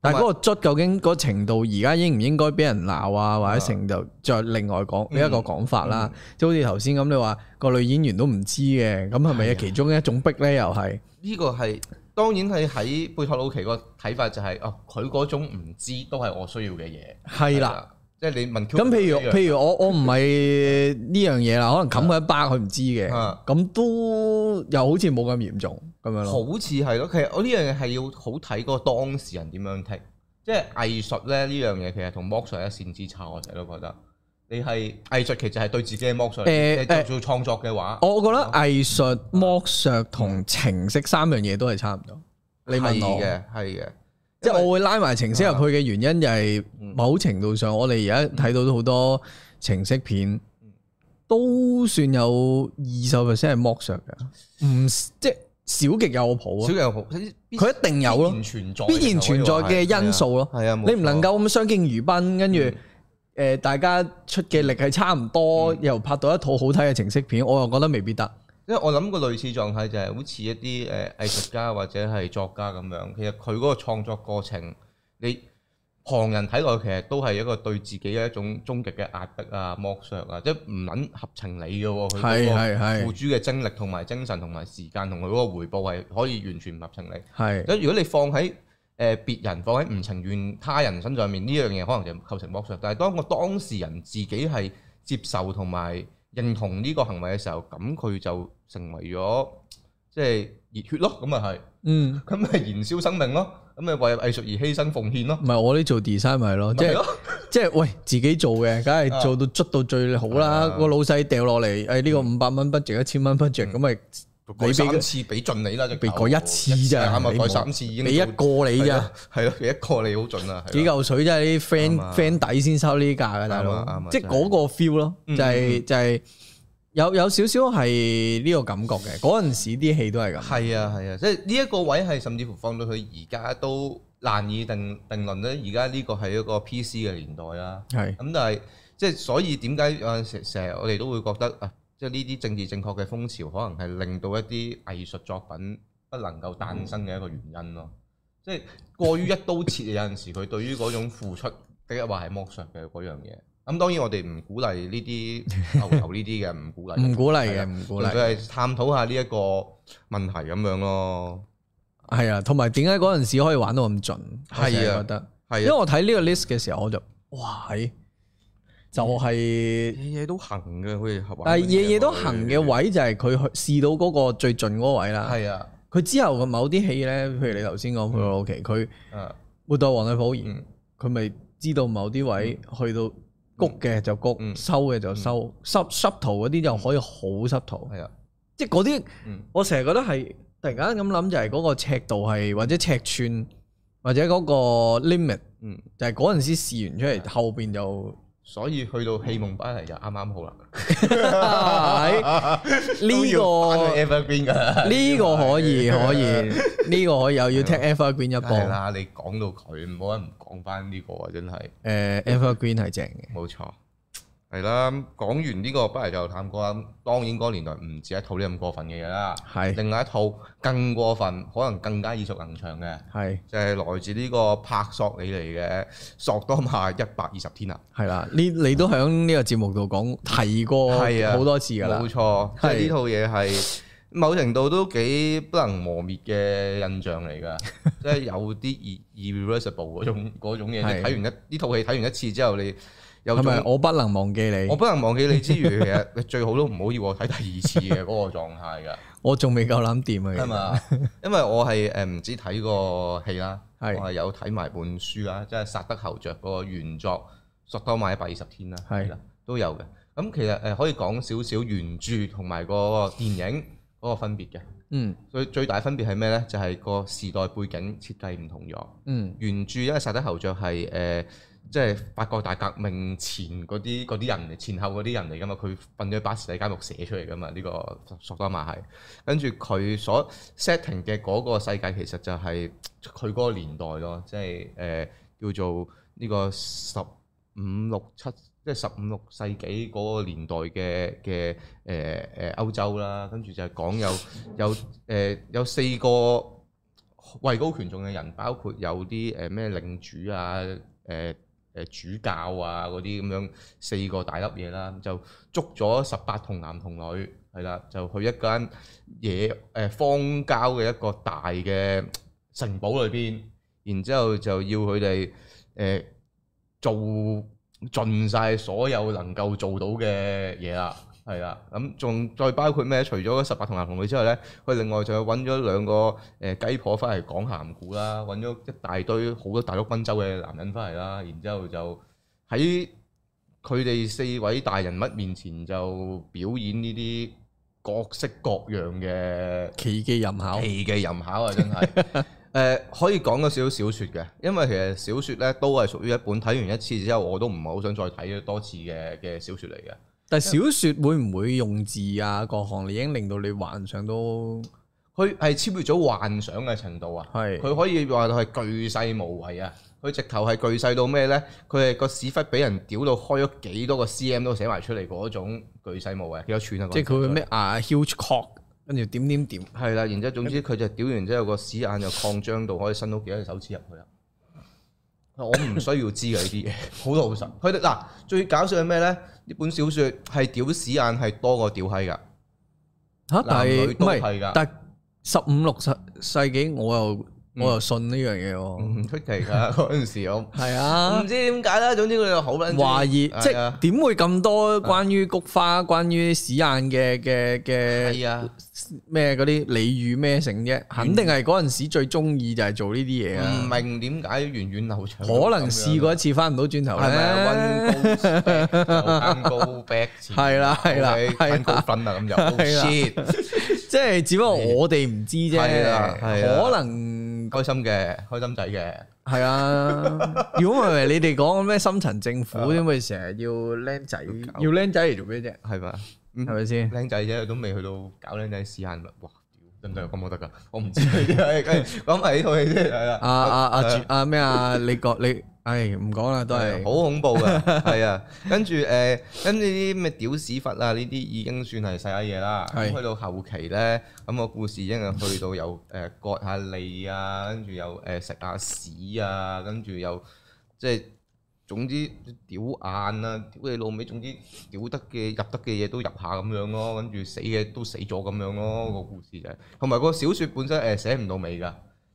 Speaker 2: 但係嗰個捽究竟嗰個程度，而家應唔應該俾人鬧啊？或者
Speaker 1: 啊
Speaker 2: 成就再另外講
Speaker 1: 嗯
Speaker 2: 呢一個講法啦。即係好似頭先咁，你話個女演員都唔知嘅，咁係
Speaker 1: 係
Speaker 2: 咪
Speaker 1: 啊
Speaker 2: 其中一種逼咧？又係
Speaker 1: 呢個係當然係喺貝托魯奇個睇法就係、哦，佢嗰種唔知都係我需要嘅嘢。
Speaker 2: 係啦。，
Speaker 1: 即係啊你問
Speaker 2: 咁譬如
Speaker 1: 如
Speaker 2: 譬如我我唔係呢樣嘢啦，可能冚佢一巴佢唔知嘅，
Speaker 1: 啊
Speaker 2: 咁都又好似冇咁嚴重咁樣咯。
Speaker 1: 好似係咯，其實我呢樣嘢係要好睇嗰個當事人點樣剔，即係藝術咧呢樣嘢其實同剝削係一線之差，我成日都覺得。你係藝術其實係對自己嘅剝削嚟
Speaker 2: 誒
Speaker 1: 嘅，你做做創作嘅話，
Speaker 2: 我覺得藝術剝削同程式三樣嘢都係差唔多。你問
Speaker 1: 係
Speaker 2: 我。
Speaker 1: 嘅係嘅，
Speaker 2: 即係
Speaker 1: 因為嗯
Speaker 2: 我會拉埋程式入去嘅原因，就係某程度上，我哋而家睇到好多程式片，
Speaker 1: 嗯
Speaker 2: 都算有二十 percent 係剝削嘅，唔即係少極有譜
Speaker 1: 小
Speaker 2: 啊！
Speaker 1: 人好，
Speaker 2: 佢一定有咯
Speaker 1: 必然存在，
Speaker 2: 必然存在嘅因素咯
Speaker 1: 係啊，冇
Speaker 2: 你唔能
Speaker 1: 錯嗯
Speaker 2: 夠咁相敬如賓，跟住誒大家出嘅力係差唔
Speaker 1: 嗯
Speaker 2: 多，又拍到一套好睇嘅程式片，我又覺得未必得。
Speaker 1: 因為我諗個類似狀態就係好似一啲誒藝術家或者係作家咁樣，其實佢嗰個創作過程，你旁人睇落去其實都係一個對自己嘅一種終極嘅壓迫啊、剝削啊，即係唔撚合情理嘅喎。佢
Speaker 2: 係
Speaker 1: 嗰
Speaker 2: 係係
Speaker 1: 個付諸嘅精力同埋精神同埋時間同佢嗰個回報係可以完全唔合情理。
Speaker 2: 係
Speaker 1: 咁如果你放喺誒別人放喺唔情願他人身上面呢樣嘢，可能就構成剝削。但係當個當事人自己係接受同埋認同呢個行為嘅時候，咁佢就成為咗即係熱血咯，咁咪啊係，
Speaker 2: 嗯，
Speaker 1: 咁咪燃燒生命咯，咁咪為藝術而犧牲奉獻咯，
Speaker 2: 嗯唔係我呢做 design 咪係咯，即
Speaker 1: 咪係
Speaker 2: 係。
Speaker 1: 咯，
Speaker 2: 即係喂自己做嘅，梗係
Speaker 1: 啊
Speaker 2: 做到捽到最好啦。
Speaker 1: 啊嗯
Speaker 2: 個老細掉落嚟，誒呢個五百蚊 budget，一千蚊 budget，咁咪
Speaker 1: 改
Speaker 2: 俾
Speaker 1: 三
Speaker 2: 佢
Speaker 1: 次俾盡你啦，隻
Speaker 2: 俾
Speaker 1: 狗
Speaker 2: 過一次咋，
Speaker 1: 啱啊，
Speaker 2: 你
Speaker 1: 改
Speaker 2: 冇
Speaker 1: 三次已經
Speaker 2: 俾一個你啊咋，，
Speaker 1: 係咯，俾一個你好盡啊啦，係咯
Speaker 2: 幾嚿水真係啲 friend
Speaker 1: 啱啊
Speaker 2: friend 底先收呢價嘅大
Speaker 1: 啱啊
Speaker 2: 佬
Speaker 1: 啱，啊
Speaker 2: 即係嗰個 feel 咯，就
Speaker 1: 嗯
Speaker 2: 係就係有有少少係呢個感覺嘅。嗰陣時啲戲都係咁，
Speaker 1: 係啊係啊，即係呢一個位係甚至乎放到佢而家都難以定定論咧。而家呢個係一個 PC 嘅年代啦，
Speaker 2: 係
Speaker 1: 咁但係即係所以點解有陣時成日我哋都會覺得啊，即係呢啲政治正確嘅風潮可能係令到一啲藝術作品不能夠誕生嘅一個原因咯。即係過於一刀切，有陣時佢對於嗰種付出，即係話係剝削嘅嗰樣嘢。咁當然我哋唔鼓勵呢啲牛頭呢 啲嘅，唔鼓勵，
Speaker 2: 唔鼓勵
Speaker 1: 係
Speaker 2: 嘅，
Speaker 1: 啊
Speaker 2: 唔鼓
Speaker 1: 佢
Speaker 2: 勵。
Speaker 1: 係探討下呢一個問題咁樣咯。
Speaker 2: 係啊，同埋點解嗰陣時可以玩到咁盡？
Speaker 1: 係啊
Speaker 2: 我成日覺得，
Speaker 1: 係啊
Speaker 2: 因為我睇呢個 list 嘅時候，我就哇係，就係。
Speaker 1: 夜夜都行嘅，好似合
Speaker 2: 但係夜夜都行嘅位就係佢去試到嗰個最盡嗰個位啦。
Speaker 1: 係啊，
Speaker 2: 佢之後嘅某啲戲咧，譬如你頭先講《佩洛奇》，佢《
Speaker 1: 啊，
Speaker 2: 末代皇帝溥儀》，
Speaker 1: 嗯，
Speaker 2: 佢咪知道某啲位去到谷嘅就谷，
Speaker 1: 嗯
Speaker 2: 收嘅就收，濕濕圖嗰啲就可以好濕圖，
Speaker 1: 係啊，
Speaker 2: 即係嗰啲
Speaker 1: 嗯，
Speaker 2: 我成日覺得係突然間咁諗就係嗰個尺度係或者尺寸或者嗰個 limit，
Speaker 1: 嗯，
Speaker 2: 就係嗰陣時試完出嚟後邊 就。
Speaker 1: 所以去到戲夢巴黎就啱啱好啦。
Speaker 2: 係呢個
Speaker 1: Evergreen 噶，
Speaker 2: 呢個
Speaker 1: 啊
Speaker 2: 可以可以，呢個可以又要聽 Evergreen 一
Speaker 1: 梗啊係
Speaker 2: 波。
Speaker 1: 啦，你講到佢，冇人唔講翻呢個啊，真係
Speaker 2: 誒 Evergreen 係正嘅，
Speaker 1: 冇錯。係啦，講完呢個不如就探過啦。當然嗰個年代唔止一套呢咁過分嘅嘢啦，
Speaker 2: 係
Speaker 1: 另外一套更過分，可能更加耳熟能詳嘅。
Speaker 2: 係
Speaker 1: 就係來自呢個帕索里尼嘅索多瑪一百二十天啊，
Speaker 2: 係啦，呢你都喺呢個節目度講提過
Speaker 1: 係啊
Speaker 2: 好多次㗎啦
Speaker 1: 冇，錯，即係呢套嘢係某程度都幾不能磨滅嘅印象嚟 㗎，即係有啲 irreversible 嗰種嗰種嘢。
Speaker 2: 係
Speaker 1: 你睇完一呢套戲睇完一次之後，你有
Speaker 2: 係咪
Speaker 1: 種
Speaker 2: 我不能忘記你
Speaker 1: 我？不能忘記你之餘，其 實你最好都唔好要我睇第二次嘅嗰個狀態㗎。
Speaker 2: 我仲未夠膽掂啊！
Speaker 1: 係嘛？因為我係誒唔止睇個戲啦，我
Speaker 2: 係
Speaker 1: 係有睇埋本書啦，即係《薩德侯爵》嗰個原作《索多瑪一百二十天》啦，
Speaker 2: 係
Speaker 1: 啦都有嘅。咁其實呃誒可以講少少原著同埋個電影嗰個分別嘅。
Speaker 2: 嗯
Speaker 1: 最最大分別係咩呢？就係、個時代背景設計唔同咗。
Speaker 2: 嗯
Speaker 1: 原著因為《薩德侯爵》係誒呃即係法國大革命前嗰啲嗰啲人嚟，前後嗰啲人嚟噶嘛，佢瞓咗喺巴士底監獄寫出嚟噶嘛，呢、個索多瑪係，跟住佢所 setting 嘅嗰個世界其實就係佢嗰個年代咯，即係誒、呃叫做呢個十五六七，即係十五六世紀嗰個年代嘅嘅誒誒歐洲啦，跟住就係講有有誒、呃有四個位高權重嘅人，包括有啲誒咩領主啊、誒、誒、主教啊嗰啲咁樣四個大粒嘢啦，就捉咗十八童男童女，係啦，就去一間野誒、荒郊嘅一個大嘅城堡裏邊，然之後就要佢哋誒呃做盡晒所有能夠做到嘅嘢啦。係啦，咁仲再包括咩？除咗十八童男童女之外咧，佢另外就揾咗兩個誒雞婆翻嚟講鹹故啦，揾咗一大堆好多大陸賓州嘅男人翻嚟啦，然之後就喺佢哋四位大人物面前就表演呢啲各式各樣嘅
Speaker 2: 奇技淫巧，
Speaker 1: 奇技淫巧啊，真係。 誒、可以講咗少少小説嘅，因為其實小説咧都係屬於一本睇完一次之後，我都唔係好想再睇多次嘅嘅小説嚟嘅。
Speaker 2: 但系小说會唔會用字啊各行，已經令到你幻想到
Speaker 1: 佢係超越咗幻想嘅程度啊！
Speaker 2: 係
Speaker 1: 佢可以話到係巨細無遺啊！佢直頭係巨細到咩呢？佢係個屎忽俾人屌到開咗幾多個 CM 都寫埋出嚟嗰種巨細無遺，幾多寸啊？
Speaker 2: 即係佢會咩啊 huge cock，跟住點點點，
Speaker 1: 係啦，然之後總之佢就屌完之後個屎眼就擴張到可以伸到幾多隻手指入去啦。我唔需要知嘅呢啲嘢，好老實。佢哋嗱最搞笑係咩呢？呢本小説係屌屎眼係多過屌閪㗎。
Speaker 2: 吓，但係
Speaker 1: 男女
Speaker 2: 唔
Speaker 1: 都係啊
Speaker 2: 係
Speaker 1: 㗎，
Speaker 2: 但十五六世世紀我又
Speaker 1: 嗯
Speaker 2: 我又信呢樣嘢喎，
Speaker 1: 唔出奇㗎嗰陣時我
Speaker 2: 係啊
Speaker 1: 唔。知點解啦，總之佢哋好撚
Speaker 2: 懷疑即
Speaker 1: 係
Speaker 2: 係
Speaker 1: 啊
Speaker 2: 點會咁多關於菊花、關於屎眼嘅嘅嘅
Speaker 1: 係啊，
Speaker 2: 咩嗰啲俚語咩成啫？肯定係嗰陣時最中意就係做呢啲
Speaker 1: 唔
Speaker 2: 嘢啊！
Speaker 1: 明點解源遠流長，
Speaker 2: 可能試過一次翻唔到轉頭
Speaker 1: 係
Speaker 2: 咧，
Speaker 1: 咪啊？温高 back 就 back 前
Speaker 2: 係啦係啦係啦
Speaker 1: 温高分啊咁就
Speaker 2: 係啦
Speaker 1: Oh shit，
Speaker 2: 即係只不過我哋唔知啫，
Speaker 1: 係啊係啊
Speaker 2: 可能
Speaker 1: 開心嘅，開心仔嘅，
Speaker 2: 係啊。如果唔係你哋講咩深層政府，因為成日要僆仔，
Speaker 1: 啊搞
Speaker 2: 要僆仔嚟做咩啫？
Speaker 1: 係咪啊？嗯
Speaker 2: 係咪先？
Speaker 1: 僆仔啫，都未去到搞僆仔試下，哇！屌得唔得？咁我得㗎，我唔知 佢咁係呢套戲啫，係啦。
Speaker 2: 啊啊啊主啊咩啊？你講你，唉唔講啦，都係
Speaker 1: 啊好。恐怖噶， 係啊，跟住誒，跟住啲咩屌屎忽啊，呢啲已經算係細下嘢啦。咁
Speaker 2: 係
Speaker 1: 去到後期咧，咁個故事已經係去到有誒割下脷啊，跟住又誒食下屎啊，跟住又即係總之屌眼啊，屌你老味，總之屌得嘅入得嘅嘢都入下咁樣咯，跟住死嘅都死咗咁樣咯，個故事就係同埋個小説本身誒寫唔到尾㗎。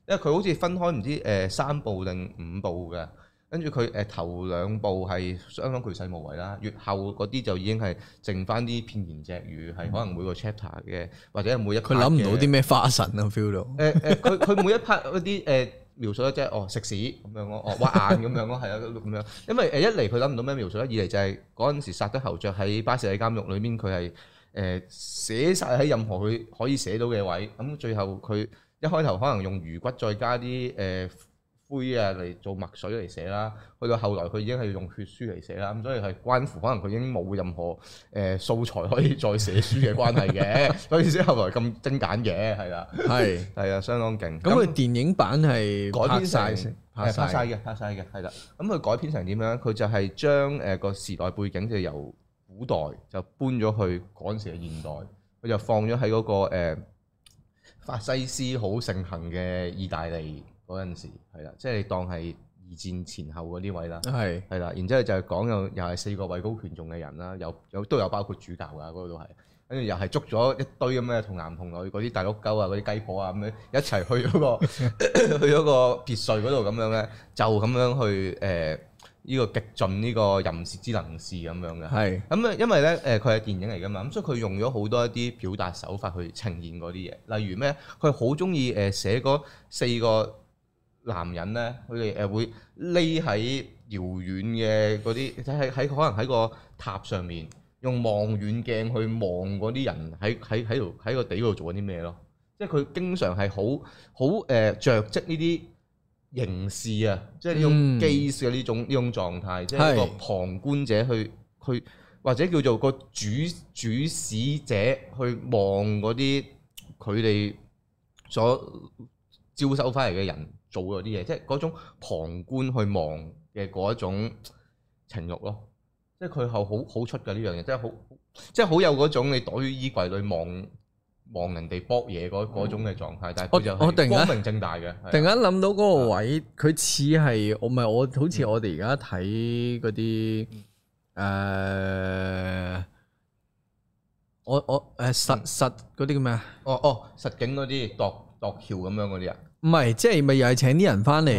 Speaker 1: 因為佢好似分開唔知誒、呃三部定五部嘅，跟住佢誒頭兩部係相當巨細無遺啦，越後嗰啲就已經係剩翻啲片言隻語，係可能每個 chapter 嘅，或者係每一
Speaker 2: 佢諗唔到啲咩花神啊，feel 到。
Speaker 1: 誒誒，佢佢每一 part 嗰啲誒描述咧，即係哦食屎咁樣咯，哦挖眼咁樣咯，係啊咁樣。因為呃誒一嚟佢諗唔到咩描述啦，二嚟就係嗰陣時殺得侯爵喺巴士底監獄裏面，佢係誒寫晒喺任何佢可以寫到嘅位。咁最後佢一開頭可能用魚骨再加啲誒。呃灰啊嚟做墨水嚟寫啦，去到後來佢已經係用血書嚟寫啦，咁所以係關乎可能佢已經冇任何誒、呃、素材可以再寫書嘅關係嘅，所以先後來咁精簡嘅，係啦。
Speaker 2: 係
Speaker 1: 係啊，相當勁。
Speaker 2: 咁佢電影版係
Speaker 1: 改
Speaker 2: 拍
Speaker 1: 編
Speaker 2: 晒
Speaker 1: 晒
Speaker 2: 先，
Speaker 1: 係拍晒
Speaker 2: 晒。
Speaker 1: 嘅，拍晒嘅，係啦。咁佢改編成點樣？佢就係將誒個時代背景就由古代就搬咗去嗰陣時嘅現代，佢就放咗喺嗰個、呃、法西斯好盛行嘅意大利嗰陣時，係啦，即係你當係二戰前後嗰啲位啦。
Speaker 2: 係
Speaker 1: 係啦，然之後就係講有又係四個位高權重嘅人啦，有有都有包括主教噶嗰度都係，跟住又係捉咗一堆咁嘅童男童女嗰啲大碌鳩啊，嗰啲雞婆啊咁樣一齊去嗰、個 去嗰個別墅嗰度咁樣咧，就咁樣去呃誒呢、個極盡呢個淫舌之能事咁樣嘅。
Speaker 2: 係
Speaker 1: 咁啊，因為咧誒佢係電影嚟噶嘛，咁所以佢用咗好多一啲表達手法去呈現嗰啲嘢，例如咩，佢好中意誒寫嗰四個男人咧，佢哋誒會匿喺遙遠嘅嗰啲，即係喺可能喺個塔上面用望遠鏡去望嗰啲人喺喺喺度喺個地嗰度做緊啲咩咯，即係佢經常係好好誒着跡呢啲刑事啊，即係呢種
Speaker 2: 嗯
Speaker 1: case 嘅啊呢種呢種狀態，即係
Speaker 2: 係
Speaker 1: 一個旁觀者去去或者叫做個主主使者去望嗰啲佢哋所招收翻嚟嘅人做嗰啲嘢，即係嗰種旁觀去望嘅嗰一種情慾咯。即係佢係好好出嘅呢樣嘢，即係好即係好有嗰種你躲於衣櫃裏望望人哋搏嘢嗰嗰種嘅狀態，但係佢就
Speaker 2: 我我
Speaker 1: 係
Speaker 2: 突然間
Speaker 1: 光明正大嘅。係啊啊
Speaker 2: 突然間諗到嗰個位，佢似係我咪我好
Speaker 1: 嗯
Speaker 2: 似我哋而家睇嗰啲誒，我我誒
Speaker 1: 嗯
Speaker 2: 實實嗰啲叫咩啊？
Speaker 1: 哦哦，實景嗰啲度度橋咁樣嗰啲啊，
Speaker 2: 唔係，即係咪又係請啲人翻
Speaker 1: 啊
Speaker 2: 嚟？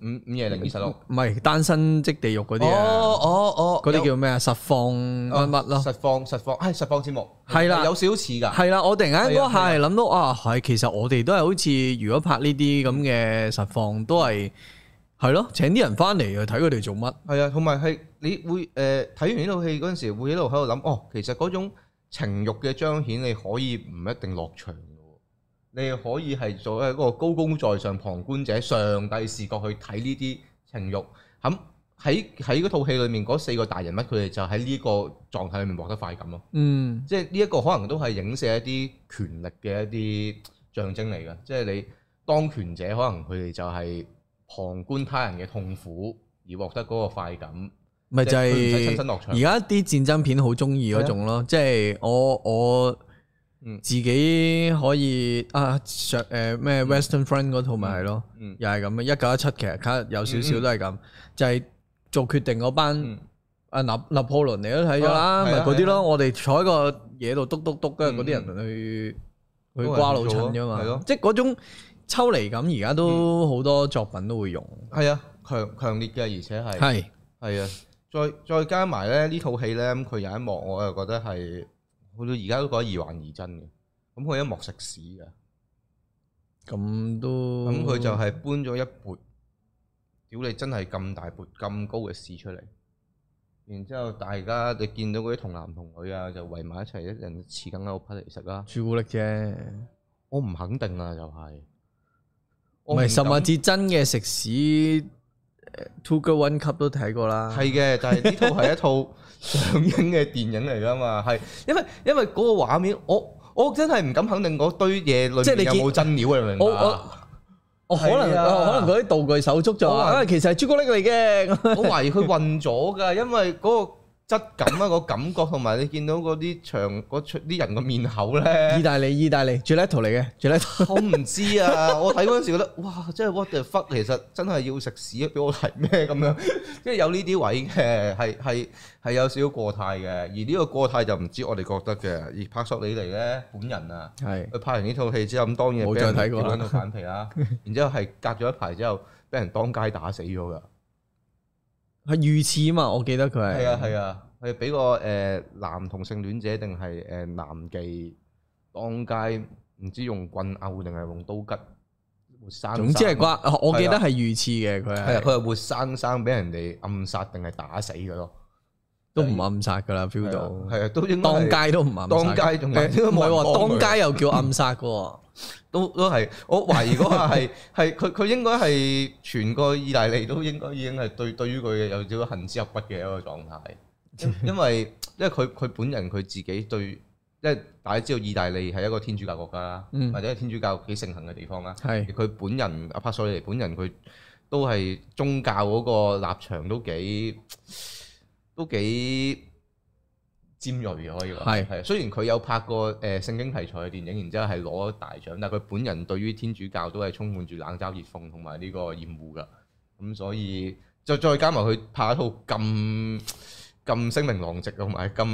Speaker 1: 五五夜零二十六。
Speaker 2: 唔係單身即地獄嗰啲啊？
Speaker 1: 哦哦哦，
Speaker 2: 嗰啲
Speaker 1: 有嗯
Speaker 2: 叫咩啊？實況乜乜咯？
Speaker 1: 實況實況，係實況節目，
Speaker 2: 係啦
Speaker 1: 有少少似㗎。
Speaker 2: 係啦，我突然間
Speaker 1: 係啊
Speaker 2: 嗰下係諗到啊，係其實我哋都係好似如果拍呢啲咁嘅實況，都係係咯，請啲人翻嚟去睇佢哋做乜。
Speaker 1: 係啊，同埋係你會誒睇、完呢套戲嗰陣時，會一路喺度諗，哦，其實嗰種情慾嘅彰顯，你可以唔一定落場嘅喎，你可以係做一個高高在上旁觀者、上帝視角去睇呢啲情慾。咁喺喺嗰套戲裏面，嗰四個大人物佢哋就喺呢個狀態裏面獲得快感咯。
Speaker 2: 嗯，
Speaker 1: 即係呢一個可能都係影射一啲權力嘅一啲象徵嚟嘅，即係你當權者可能佢哋就係旁觀他人嘅痛苦而獲得嗰個快感，
Speaker 2: 咪就
Speaker 1: 即係佢唔使親
Speaker 2: 係
Speaker 1: 身落場
Speaker 2: 而家啲戰爭片好中意嗰種咯，即係我我
Speaker 1: 嗯
Speaker 2: 自己可以啊上誒咩 Western Front 嗰套咪係咯，
Speaker 1: 嗯
Speaker 2: 又係咁啊！一九一七其實卡有少少都係咁，就係做決定嗰班
Speaker 1: 嗯
Speaker 2: 啊拿拿破崙你都睇咗啦，
Speaker 1: 啊係啊
Speaker 2: 咪嗰啲咯，我哋坐喺個嘢度篤篤篤，跟住嗰啲
Speaker 1: 嗯
Speaker 2: 人去
Speaker 1: 都
Speaker 2: 去
Speaker 1: 係
Speaker 2: 瓜老
Speaker 1: 咁做
Speaker 2: 襯啫
Speaker 1: 咯係咯
Speaker 2: 嘛，即係嗰種抽離感，而家都好多作品都會用，
Speaker 1: 係啊，強強烈嘅，而且係
Speaker 2: 係
Speaker 1: 係啊，再再加埋咧呢套戲咧，咁佢有一幕我又覺得係去到而家都覺得疑幻疑真嘅，咁佢一幕食屎嘅。
Speaker 2: 咁都
Speaker 1: 咁佢就係搬咗一撥，屌你真係咁大撥咁高嘅屎出嚟，然之後大家你見到嗰啲童男童女啊，就圍埋一齊，一人匙羹喺度批嚟食啦。
Speaker 2: 朱古力啫，
Speaker 1: 我唔肯定啊，就係、
Speaker 2: 唔
Speaker 1: 我
Speaker 2: 係
Speaker 1: 敢
Speaker 2: 甚至真嘅食屎呃，Two Girl One Cup 都睇過啦，
Speaker 1: 係嘅，但係呢套係一套 上映嘅電影嚟㗎嘛，係因為因為嗰個畫面，我我真係唔敢肯定嗰堆嘢裏
Speaker 2: 即係你
Speaker 1: 面有
Speaker 2: 見
Speaker 1: 冇真料啊，你明
Speaker 2: 我
Speaker 1: 嘛
Speaker 2: 我？我可能
Speaker 1: 係啊
Speaker 2: 可能嗰啲道具手足就話
Speaker 1: 我話
Speaker 2: 啊，其實係朱古力嚟嘅咁。
Speaker 1: 我懷疑佢混咗㗎，因為嗰個質感 啊、個感覺同埋你見到嗰啲場嗰出啲人個面口
Speaker 2: 意
Speaker 1: 咧，
Speaker 2: 大利，意大利 g i l e t t o 嚟嘅 g i l e t t o
Speaker 1: 我唔知啊！我睇嗰陣時覺得哇，真係 what the fuck，其實真係要食屎俾我睇咩咁樣， 即係有呢啲位嘅，係係係有少少過態嘅，而呢個過態就唔知我哋覺得嘅，而拍索里尼咧本人啊。
Speaker 2: 係
Speaker 1: 佢拍完呢套戲之後，咁當然
Speaker 2: 冇
Speaker 1: 俾人
Speaker 2: 再睇過啦
Speaker 1: 屌撚到反皮啦。然之後係隔咗一排之後，俾人當街打死咗㗎。
Speaker 2: 係魚翅啊嘛，我記得佢係
Speaker 1: 係啊係啊，佢俾個誒男同性戀者定係誒男妓當街唔知用棍毆定係用刀吉，活生
Speaker 2: 總之係
Speaker 1: 關
Speaker 2: 瓜，我記得係魚翅嘅佢
Speaker 1: 係啊，
Speaker 2: 係
Speaker 1: 佢係活生生俾人哋暗殺定係打死嘅咯，
Speaker 2: 都唔暗殺㗎啦，feel 到
Speaker 1: 係啊，都應該
Speaker 2: 當
Speaker 1: 係
Speaker 2: 街都唔暗殺
Speaker 1: 當街仲
Speaker 2: 誒
Speaker 1: 應該冇人
Speaker 2: 唔係
Speaker 1: 幫
Speaker 2: 喎，
Speaker 1: 佢
Speaker 2: 當街又叫暗殺嘅喎，
Speaker 1: 都都係，我懷疑嗰下係係佢佢應該係全個意大利都應該已經係對對於佢嘅有少少恨之入骨嘅一個狀態，因因為因為佢佢本人佢自己對，因為大家知道意大利係一個天主教國家啦，
Speaker 2: 嗯
Speaker 1: 或者係天主教幾盛行嘅地方啦，
Speaker 2: 係
Speaker 1: 佢本人阿帕索里尼本人佢都係宗教嗰個立場都 幾都幾尖鋭嘅，可以話
Speaker 2: 係
Speaker 1: 係。雖然佢有拍過誒、呃、聖經題材嘅電影，然之後係攞大獎，但係佢本人對於天主教都係充滿住冷嘲熱諷同埋呢個厭惡㗎。咁所以再再加埋佢拍一套咁咁聲名狼藉同埋咁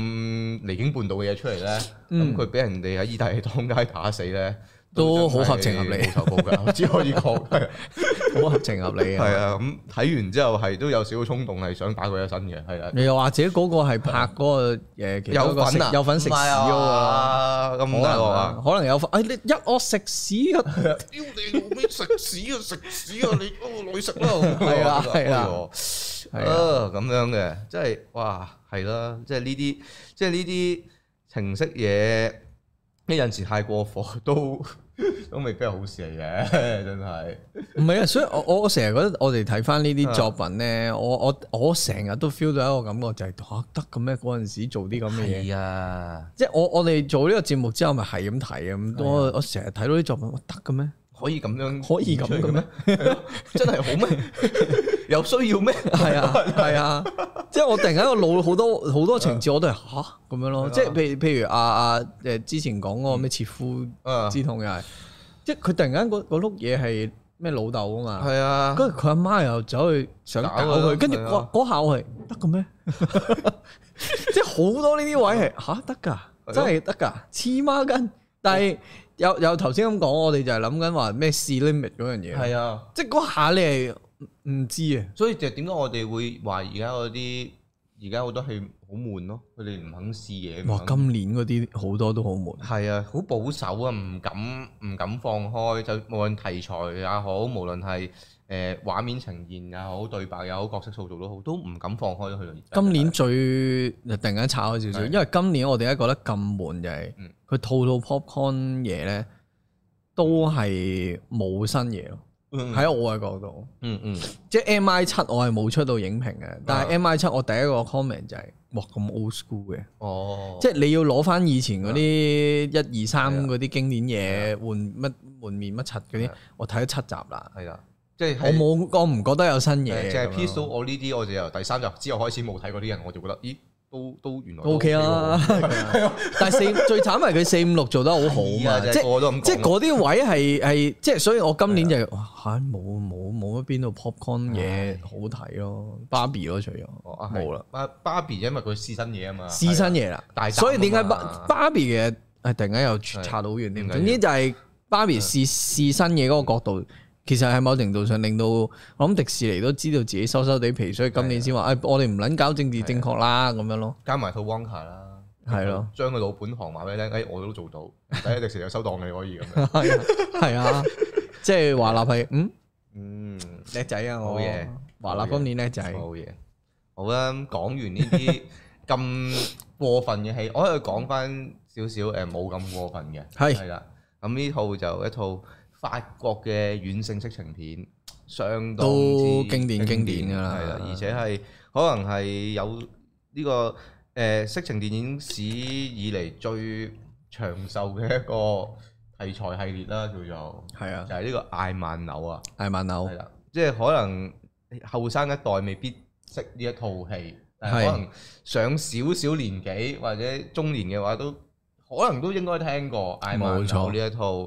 Speaker 1: 離經叛道嘅嘢出嚟咧，咁
Speaker 2: 嗯
Speaker 1: 佢俾人哋喺意大利當街打死咧，
Speaker 2: 都
Speaker 1: 真係
Speaker 2: 好合情合理
Speaker 1: 冇仇報 㗎，只可以講係
Speaker 2: 好合情合理
Speaker 1: 係
Speaker 2: 嘅。
Speaker 1: 啊。咁睇完之後係都有少少衝動係想打佢一身嘅，係啊。
Speaker 2: 你又或者嗰個係拍嗰個誒其中一個食嗯有份食屎嗰個啦，
Speaker 1: 啊！
Speaker 2: 可
Speaker 1: 咁大鑊
Speaker 2: 能
Speaker 1: 啊！
Speaker 2: 啊可能有份，哎你一我食屎啊！
Speaker 1: 屌你老味食屎啊食屎啊！你幫我女 食啦，
Speaker 2: 係啊係啊
Speaker 1: 係
Speaker 2: 係
Speaker 1: 啊，咁樣嘅，即係哇，係啦，即係呢啲，即係呢啲情色嘢，一陣時太過火都 都未必係好事嚟嘅，真係。
Speaker 2: 唔係啊，所以我我我成日覺得我哋睇翻呢啲作品咧，我我我成日都 feel 到一個感覺就係、嚇得嘅咩？嗰陣時做啲咁嘅嘢，
Speaker 1: 啊，
Speaker 2: 即係我我哋做呢個節目之後，咪係咁睇啊咁多。我我成日睇到啲作品，哇得嘅咩？
Speaker 1: 可以咁樣，
Speaker 2: 可以咁嘅咩？
Speaker 1: 真係好咩？有需要咩？
Speaker 2: 係 啊，係啊，即係我突然間個腦好多好多情節，我都係吓咁樣咯。即係譬如譬如啊嗯啊誒之前講嗰個咩切膚
Speaker 1: 啊，
Speaker 2: 之痛又係，即係佢突然間嗰嗰碌嘢係咩老豆啊嘛，
Speaker 1: 係啊，
Speaker 2: 跟住佢阿媽又走去想搞
Speaker 1: 搞佢咯
Speaker 2: 佢，跟住
Speaker 1: 係
Speaker 2: 嗰
Speaker 1: 啊
Speaker 2: 嗰下我係得嘅 咩？即係好多呢啲位係吓得㗎，
Speaker 1: 咯
Speaker 2: 真係得㗎，黐孖筋。但係有有頭先咁講，我哋就係諗緊話咩試 limit 嗰樣嘢，
Speaker 1: 係啊。
Speaker 2: 即係嗰下你係唔唔知啊。
Speaker 1: 所以就點解我哋會話而家嗰啲而家好多戲好悶咯？佢哋唔肯試嘢。唔
Speaker 2: 哇！
Speaker 1: 肯
Speaker 2: 今年嗰啲好多都好悶，
Speaker 1: 係啊，好保守啊，唔敢唔敢放開，就無論題材也好，無論係誒、呃、畫面呈現也好，對白也好，角色塑造都好，都唔敢放開去到而家
Speaker 2: 今年最突然間炒咗少少，
Speaker 1: 啊係
Speaker 2: 因為今年我哋而家覺得咁悶就係
Speaker 1: 嗯
Speaker 2: 佢套套 popcorn 嘢咧都係冇新嘢咯，
Speaker 1: 嗯
Speaker 2: 喺我嘅角度，
Speaker 1: 嗯嗯
Speaker 2: 即係 M I 七我係冇出到影評嘅，
Speaker 1: 啊
Speaker 2: 但係 M I 七我第一個 comment 就係、哇咁 old school 嘅，
Speaker 1: 哦，啊
Speaker 2: 即係你要攞翻以前嗰啲一二三嗰啲經典嘢換乜換面乜柒嗰啲
Speaker 1: 係啊，
Speaker 2: 我睇咗七集啦，
Speaker 1: 係啦，即係
Speaker 2: 我冇我唔覺得有新
Speaker 1: 誒
Speaker 2: 嘢，
Speaker 1: 就係
Speaker 2: 咁樣
Speaker 1: p i s 我呢啲，我就由第三集之後開始冇睇過啲人，我就覺得咦都都原來都
Speaker 2: O K 啦
Speaker 1: 喎，
Speaker 2: 啊但係四最慘係佢四五六做得好好
Speaker 1: 啊係
Speaker 2: 嘛，
Speaker 1: 啊
Speaker 2: 即
Speaker 1: 就係
Speaker 2: 係
Speaker 1: 個個都咁
Speaker 2: 即係
Speaker 1: 講啊
Speaker 2: 嗰啲位係係即係，所以我今年就嚇冇冇冇乜邊度 popcorn 嘢好睇咯，芭比咯除咗
Speaker 1: 哦啊係
Speaker 2: 冇啦，
Speaker 1: 芭芭比因為佢試新嘢啊嘛，
Speaker 2: 試新嘢啦
Speaker 1: 大，膽
Speaker 2: 所以點解
Speaker 1: 啊嘛
Speaker 2: 芭芭比嘅係突然間又插到好遠
Speaker 1: 唔緊
Speaker 2: 添，
Speaker 1: 要
Speaker 2: 總之就係芭比試試新嘢嗰個角度。其實係某程度上令到我諗迪士尼都知道自己收收地皮，所以今年先
Speaker 1: 啊
Speaker 2: 話：，誒、哎我哋唔撚搞政治正確啦，咁樣咯。
Speaker 1: 加埋套 Wonka 啦，
Speaker 2: 係咯，
Speaker 1: 將佢老本行話俾你聽，誒我都做 到，第一迪士尼有收檔你可以咁樣。
Speaker 2: 係啊係啊，即係華納 係嗯
Speaker 1: 嗯，
Speaker 2: 叻仔啊，
Speaker 1: 好
Speaker 2: 我
Speaker 1: 嘢
Speaker 2: 華納今年叻仔，
Speaker 1: 冇嘢。好啦，咁講完呢 啲咁過分嘅戲，我喺度講翻少少誒冇咁過分嘅，
Speaker 2: 係
Speaker 1: 係啦。咁呢套就一套法國嘅軟性色情片，相當
Speaker 2: 都
Speaker 1: 之
Speaker 2: 經典經典㗎啦
Speaker 1: 係啦，而且係可能係有呢個誒色情電影史以嚟最長壽嘅一個題材系列啦，叫做
Speaker 2: 係啊
Speaker 1: 就，係呢個艾曼紐啊。
Speaker 2: 艾曼紐
Speaker 1: 係啦，即係可能後生一代未必識呢一套戲，但係
Speaker 2: 係
Speaker 1: 可能上少少年紀或者中年嘅話，都可能都應該聽過《艾曼紐
Speaker 2: 冇錯》
Speaker 1: 呢一套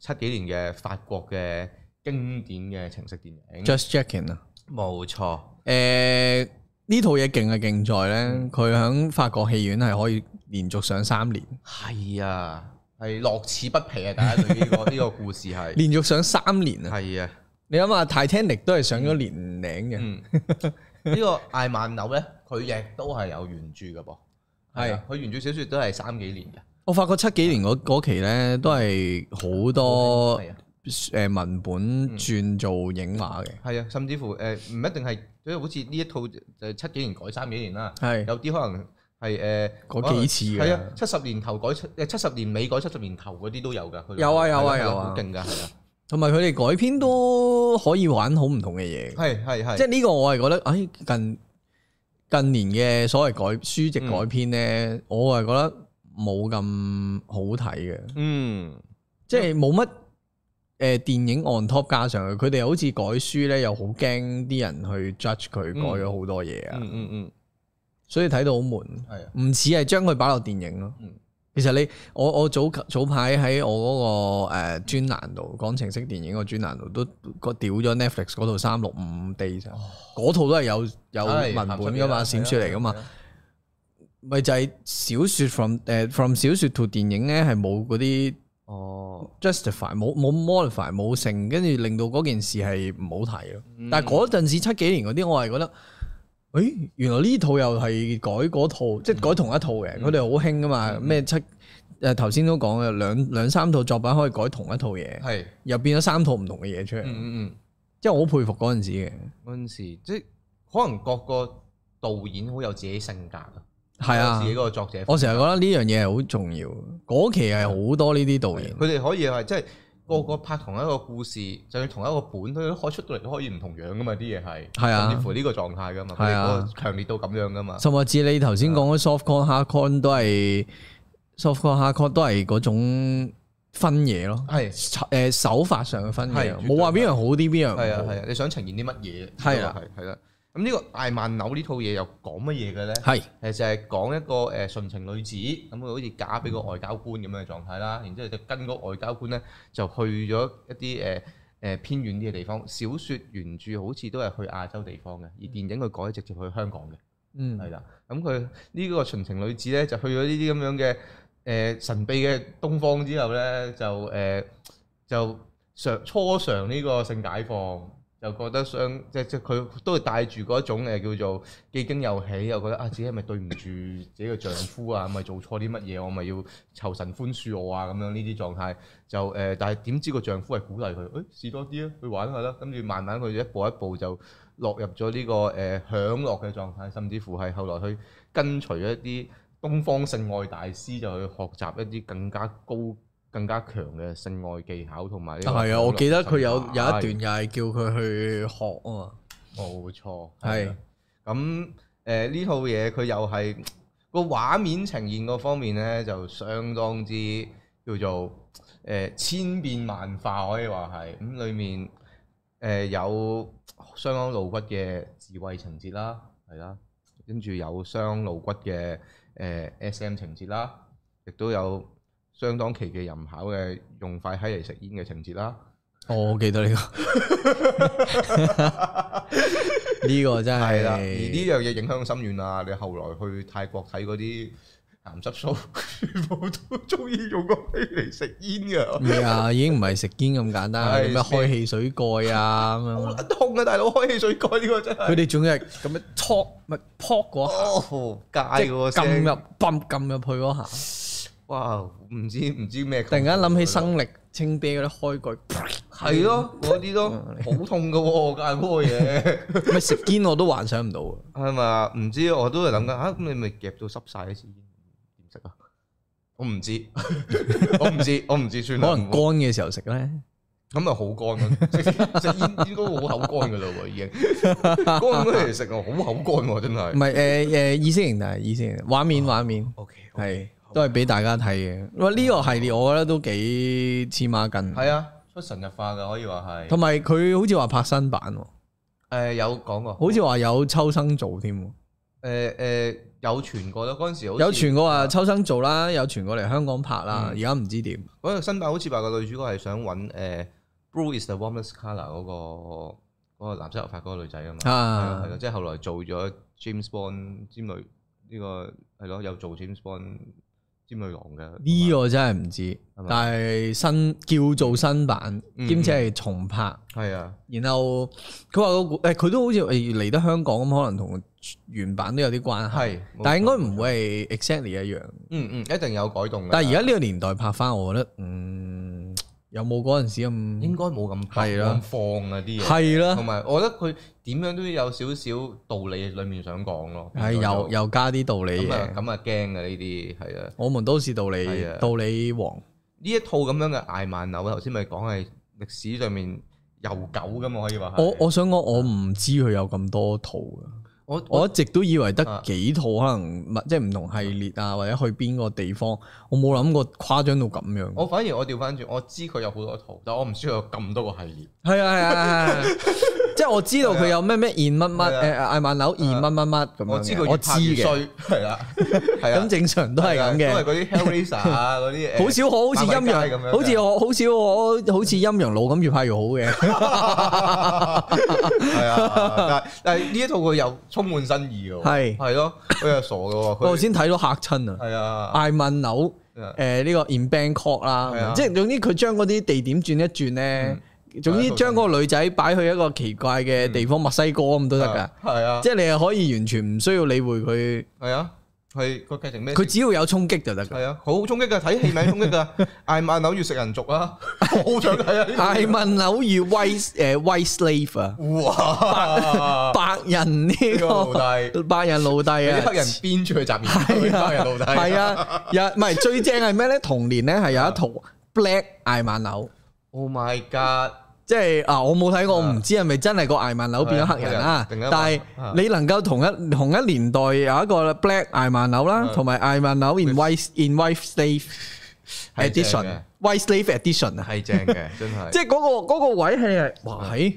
Speaker 1: 七幾年嘅法國嘅經典嘅情色電影。
Speaker 2: Just Jackin 啊，
Speaker 1: 冇錯，
Speaker 2: 誒呢套嘢勁嘅啊勁在咧，
Speaker 1: 嗯
Speaker 2: 佢喺法國戲院係可以連續上三年，
Speaker 1: 係啊，係樂此不疲啊！大家對呢、 個呢個故事係
Speaker 2: 連續上三年啊！
Speaker 1: 係 啊，
Speaker 2: 你諗下 Titanic 都係上咗年零嘅，
Speaker 1: 嗯，呢個《艾曼紐》咧，佢亦都係有原著嘅噃，
Speaker 2: 係
Speaker 1: 啊佢原著小説都係三幾年嘅。
Speaker 2: 我發覺七幾年嗰嗰期咧都係好多
Speaker 1: 係啊嗯
Speaker 2: 誒文本轉做影畫嘅，
Speaker 1: 係啊，甚至乎誒唔一定係，即係好似呢一套誒七幾年改三幾年啦，
Speaker 2: 係
Speaker 1: 有啲可能係誒呃
Speaker 2: 嗰幾次
Speaker 1: 係
Speaker 2: 嘅
Speaker 1: 啊，，七十年頭改七誒七十年尾改七十年頭嗰啲都有㗎，佢
Speaker 2: 有啊有啊
Speaker 1: 係
Speaker 2: 有啊
Speaker 1: 好勁㗎，係啊，
Speaker 2: 同埋佢哋改編都可以玩好唔同嘅嘢嘅。
Speaker 1: 係係係，
Speaker 2: 即係呢個我係覺得，哎近近年嘅所謂改書
Speaker 1: 嗯
Speaker 2: 籍改編咧，我係覺得冇咁好睇嘅，
Speaker 1: 嗯
Speaker 2: 即係冇乜誒電影 on top 加上去，佢哋好似改書咧又好驚啲人去 judge 佢改咗好多嘢啊，
Speaker 1: 嗯嗯嗯，
Speaker 2: 所以睇到好悶，
Speaker 1: 係啊，
Speaker 2: 唔似係將佢擺落電影咯。
Speaker 1: 嗯
Speaker 2: 其實你我我早早排喺我嗰、個誒呃專欄度講情色電影個專欄度都個屌咗 Netflix 嗰套三六五 days 啊嗰套都係有有
Speaker 1: 係啊
Speaker 2: 文本噶嘛，
Speaker 1: 哦鹹濕嘢
Speaker 2: 閃
Speaker 1: 啦
Speaker 2: 雪嚟噶嘛
Speaker 1: 係，啊
Speaker 2: 咪就係小說 from 誒、from 小說 to 電影咧係冇嗰啲
Speaker 1: 哦，
Speaker 2: justify 冇冇 modify 冇成，跟住令到嗰件事係唔好睇咯。
Speaker 1: 嗯
Speaker 2: 但係嗰陣時七幾年嗰啲，我係覺得，誒、原來呢套又係改嗰套，即係改同一套嘅。佢哋好興噶嘛，咩七誒頭先都講嘅兩兩三套作品可以改同一套嘢，
Speaker 1: 係，
Speaker 2: 又變咗三套唔同嘅嘢出嚟，
Speaker 1: 嗯嗯
Speaker 2: 即係我好佩服嗰陣時嘅。
Speaker 1: 嗯，嗰陣時即係可能各個導演好有自己性格啊，
Speaker 2: 係啊
Speaker 1: 自己嗰個作者，
Speaker 2: 我成日覺得呢樣嘢係好重要，嗰期係好多呢啲導演，
Speaker 1: 佢哋可以係即係個個拍同一個故事，就算同一個本，佢都可以出到嚟都可以唔同樣噶嘛，啲嘢係
Speaker 2: 係
Speaker 1: 甚
Speaker 2: 啊
Speaker 1: 至乎呢個狀態噶嘛，佢
Speaker 2: 係
Speaker 1: 哋
Speaker 2: 啊
Speaker 1: 嗰個強烈到咁樣噶嘛，
Speaker 2: 甚至你頭先講嗰 soft core、hard
Speaker 1: 啊
Speaker 2: core 都係 soft core、hard core 都係嗰種分嘢咯，
Speaker 1: 係
Speaker 2: 誒手法上嘅分
Speaker 1: 係
Speaker 2: 嘢，
Speaker 1: 絕對
Speaker 2: 冇話邊樣好啲邊樣唔
Speaker 1: 係啊
Speaker 2: 好
Speaker 1: 係，啊，你想呈現啲乜嘢？
Speaker 2: 係啊
Speaker 1: 係係啦。咁呢個艾曼紐呢套嘢又講乜嘢嘅咧？
Speaker 2: 係
Speaker 1: 誒就係講一個誒純情女子，咁佢好似嫁俾個外交官咁樣嘅狀態啦，然之後就跟嗰個外交官咧就去咗一啲誒誒偏遠啲嘅地方。小説原著好似都係去亞洲地方嘅，而電影佢改直接去香港嘅，
Speaker 2: 嗯
Speaker 1: 係啦。咁佢呢個純情女子咧就去咗呢啲咁樣嘅誒、呃神秘嘅東方之後咧，就誒、呃就嘗初嘗呢個性解放。就覺得想即即佢都係帶住嗰種誒叫做既驚又喜，又覺得啊自己係咪對唔住自己嘅丈夫啊？係咪做錯啲乜嘢？我咪要求神寬恕我啊？咁樣呢啲狀態就誒、呃但係點知個丈夫係鼓勵佢，誒、試多啲啊，去玩下啦。跟住慢慢佢一步一步就落入咗呢、個誒、呃享樂嘅狀態，甚至乎係後來去跟隨一啲東方性愛大師，就去學習一啲更加高、更加強嘅性愛技巧同埋呢個
Speaker 2: 係啊，我記得佢有
Speaker 1: 享
Speaker 2: 有一
Speaker 1: 樂
Speaker 2: 段
Speaker 1: 心態
Speaker 2: 又係叫佢去學啊嘛，
Speaker 1: 冇錯，
Speaker 2: 係
Speaker 1: 啊咁誒呢套嘢佢又係個畫面呈現嗰方面咧，就相當之叫做誒、呃千變萬化，可以話係咁裡面誒、呃有相當露骨嘅智慧情節啦，係啦，跟住有相當露骨嘅誒、呃 S.M. 情節啦，亦都有相當奇嘅淫巧嘅用筷閪嚟食煙嘅情節啦。
Speaker 2: 哦我記得呢 個呢個真
Speaker 1: 係啦，而呢
Speaker 2: 係
Speaker 1: 樣嘢影響深遠啦。你後來去泰國睇嗰啲鹹濕 show，全部都中意用個飛嚟食煙嘅，
Speaker 2: 咩啊？已經唔係食煙咁簡單，
Speaker 1: 係
Speaker 2: 咩開汽水蓋啊咁
Speaker 1: 好
Speaker 2: 樣。
Speaker 1: 撚痛啊！大佬開汽水蓋呢個真係
Speaker 2: 佢，哋仲要係咁樣戳咪撲嗰下，
Speaker 1: 哦，
Speaker 2: 即
Speaker 1: 街
Speaker 2: 係
Speaker 1: 喎
Speaker 2: 撳
Speaker 1: 聲，
Speaker 2: 入泵撳入去嗰下，
Speaker 1: 哇！唔知唔知咩，
Speaker 2: 突然間諗起生力清啤嗰啲開蓋，
Speaker 1: 係咯，嗰啲 都好痛嘅喎，街嗰個嘢。
Speaker 2: 咪食煙我都幻想唔到啊！
Speaker 1: 係嘛？唔知我都係諗緊啊！咁你咪夾到濕晒啲支煙點食啊？我唔知，我唔知，我唔知算啦。
Speaker 2: 可能乾嘅時候食咧，
Speaker 1: 咁啊咪好乾咯，食食煙 應該好口乾噶啦喎，已經乾嗰嚟食啊，好口乾喎，真
Speaker 2: 唔
Speaker 1: 係。
Speaker 2: 係誒誒意思形態，意思形態，畫面畫面
Speaker 1: O K，
Speaker 2: 係都係俾大家睇嘅。喂，呢個系列我覺得都幾黐孖筋，
Speaker 1: 係啊，出神入化噶，可以話係。
Speaker 2: 同埋佢好似話拍新版喎，
Speaker 1: 誒有講過，
Speaker 2: 好似話有秋生做添喎，
Speaker 1: 誒誒有傳過啦，嗰陣時好似
Speaker 2: 有傳過話秋生做啦，有傳過嚟香港拍啦，而家唔知點。
Speaker 1: 嗰個新版好似話個女主角係想揾誒 Blue is the warmest colour 嗰個嗰個藍色頭髮嗰個女仔啊嘛，係
Speaker 2: 啊
Speaker 1: 啊係咯，即係後來做咗 James Bond 尖女呢個係咯，又做 James Bond 尖女郎嘅
Speaker 2: 呢個真係唔知
Speaker 1: 啊係嘛，
Speaker 2: 但係新叫做新版，
Speaker 1: 嗯
Speaker 2: 兼且係重拍。
Speaker 1: 係啊，
Speaker 2: 然後佢話個故誒，佢都好似誒嚟得香港咁，可能同原版都有啲關係，
Speaker 1: 係，
Speaker 2: 但係應該
Speaker 1: 冇錯
Speaker 2: 唔會係 exactly 一樣。
Speaker 1: 嗯嗯，一定有改動嘅。
Speaker 2: 但係而家呢個年代拍翻，我覺得嗯，有冇嗰陣時
Speaker 1: 應
Speaker 2: 咁
Speaker 1: 該冇咁
Speaker 2: 係
Speaker 1: 咁
Speaker 2: 啦
Speaker 1: 放啊啲嘢，
Speaker 2: 係
Speaker 1: 同
Speaker 2: 啦，
Speaker 1: 埋我覺得佢點樣都有少少道理裡面想講咯。
Speaker 2: 係又又加啲道理
Speaker 1: 咁啊
Speaker 2: 嘅。
Speaker 1: 咁啊驚嘅呢啲係啊！
Speaker 2: 我們都是道理
Speaker 1: 係啊
Speaker 2: 道理王，
Speaker 1: 呢一套咁樣嘅艾曼紐，頭先咪講係歷史上面悠久噶嘛，可以話係。
Speaker 2: 我我想講，我唔知佢有咁多套嘅。
Speaker 1: 我我
Speaker 2: 我一直都以為
Speaker 1: 啊
Speaker 2: 得幾套，可能物即係唔同系列啊，或者去邊個地方，我冇諗過誇張到咁樣。
Speaker 1: 我反而我調翻轉，我知佢有好多套，但我唔知佢有咁多個系列。
Speaker 2: 係啊係啊係啊， 即係我知道佢有咩咩現乜乜
Speaker 1: 係啊
Speaker 2: 誒艾曼樓現乜乜乜咁樣嘅
Speaker 1: 我知佢
Speaker 2: 我
Speaker 1: 越
Speaker 2: 知
Speaker 1: 拍越
Speaker 2: 嘅，
Speaker 1: 衰，係啦，係啊
Speaker 2: 咁，正常都係咁嘅。
Speaker 1: 都係嗰啲 Hellraiser 啊，嗰啲誒
Speaker 2: 好少可好似陰
Speaker 1: 漫威街咁樣
Speaker 2: 陽，好似我好少我好似陰陽佬咁越拍越好嘅。
Speaker 1: 係啊，但係但係呢一套佢又充滿新意嘅喎，
Speaker 2: 係
Speaker 1: 係咯，佢又傻嘅喎，
Speaker 2: 我
Speaker 1: 佢
Speaker 2: 頭先睇到嚇親啊！
Speaker 1: 係啊，
Speaker 2: 艾曼樓
Speaker 1: 係
Speaker 2: 誒呃呢個 in Bangkok 啦
Speaker 1: 係啊，嗯
Speaker 2: 即係總之佢將嗰啲地點轉一轉咧，總之將嗰個女仔擺去一個奇怪嘅地方，墨西哥咁都得㗎。
Speaker 1: 係啊，
Speaker 2: 即係你係可以完全唔需要理會佢
Speaker 1: 係啊，係個劇情咩？
Speaker 2: 佢只要有衝擊就得㗎。
Speaker 1: 係啊，好衝擊㗎，睇戲名衝 擊㗎，嗌萬樓要食人族啊，好想睇啊呢個！
Speaker 2: 艾文紐與威 誒威 slave 啊，
Speaker 1: 哇！
Speaker 2: 白人呢
Speaker 1: 呢個奴
Speaker 2: 個
Speaker 1: 隸，
Speaker 2: 白人奴隸
Speaker 1: 啲
Speaker 2: 啊
Speaker 1: 黑。人編出去集
Speaker 2: 係
Speaker 1: 然，黑人奴隸，
Speaker 2: 係，啊，有唔係最正係咩咧？同年咧係有一套
Speaker 1: 啊
Speaker 2: Black 艾曼紐，
Speaker 1: ，Oh my God！
Speaker 2: 即係啊，我冇睇過，我唔知係咪真係個艾曼紐變咗黑人啦。
Speaker 1: 係啊
Speaker 2: 但係你能夠同一同一年代有一個 Black 艾曼紐啦，
Speaker 1: 係
Speaker 2: 同埋艾曼紐 in White in White Slave
Speaker 1: 係正嘅
Speaker 2: Edition White Slave Edition 啊，
Speaker 1: 係正嘅，真係。
Speaker 2: 即係嗰個嗰個位係哇係。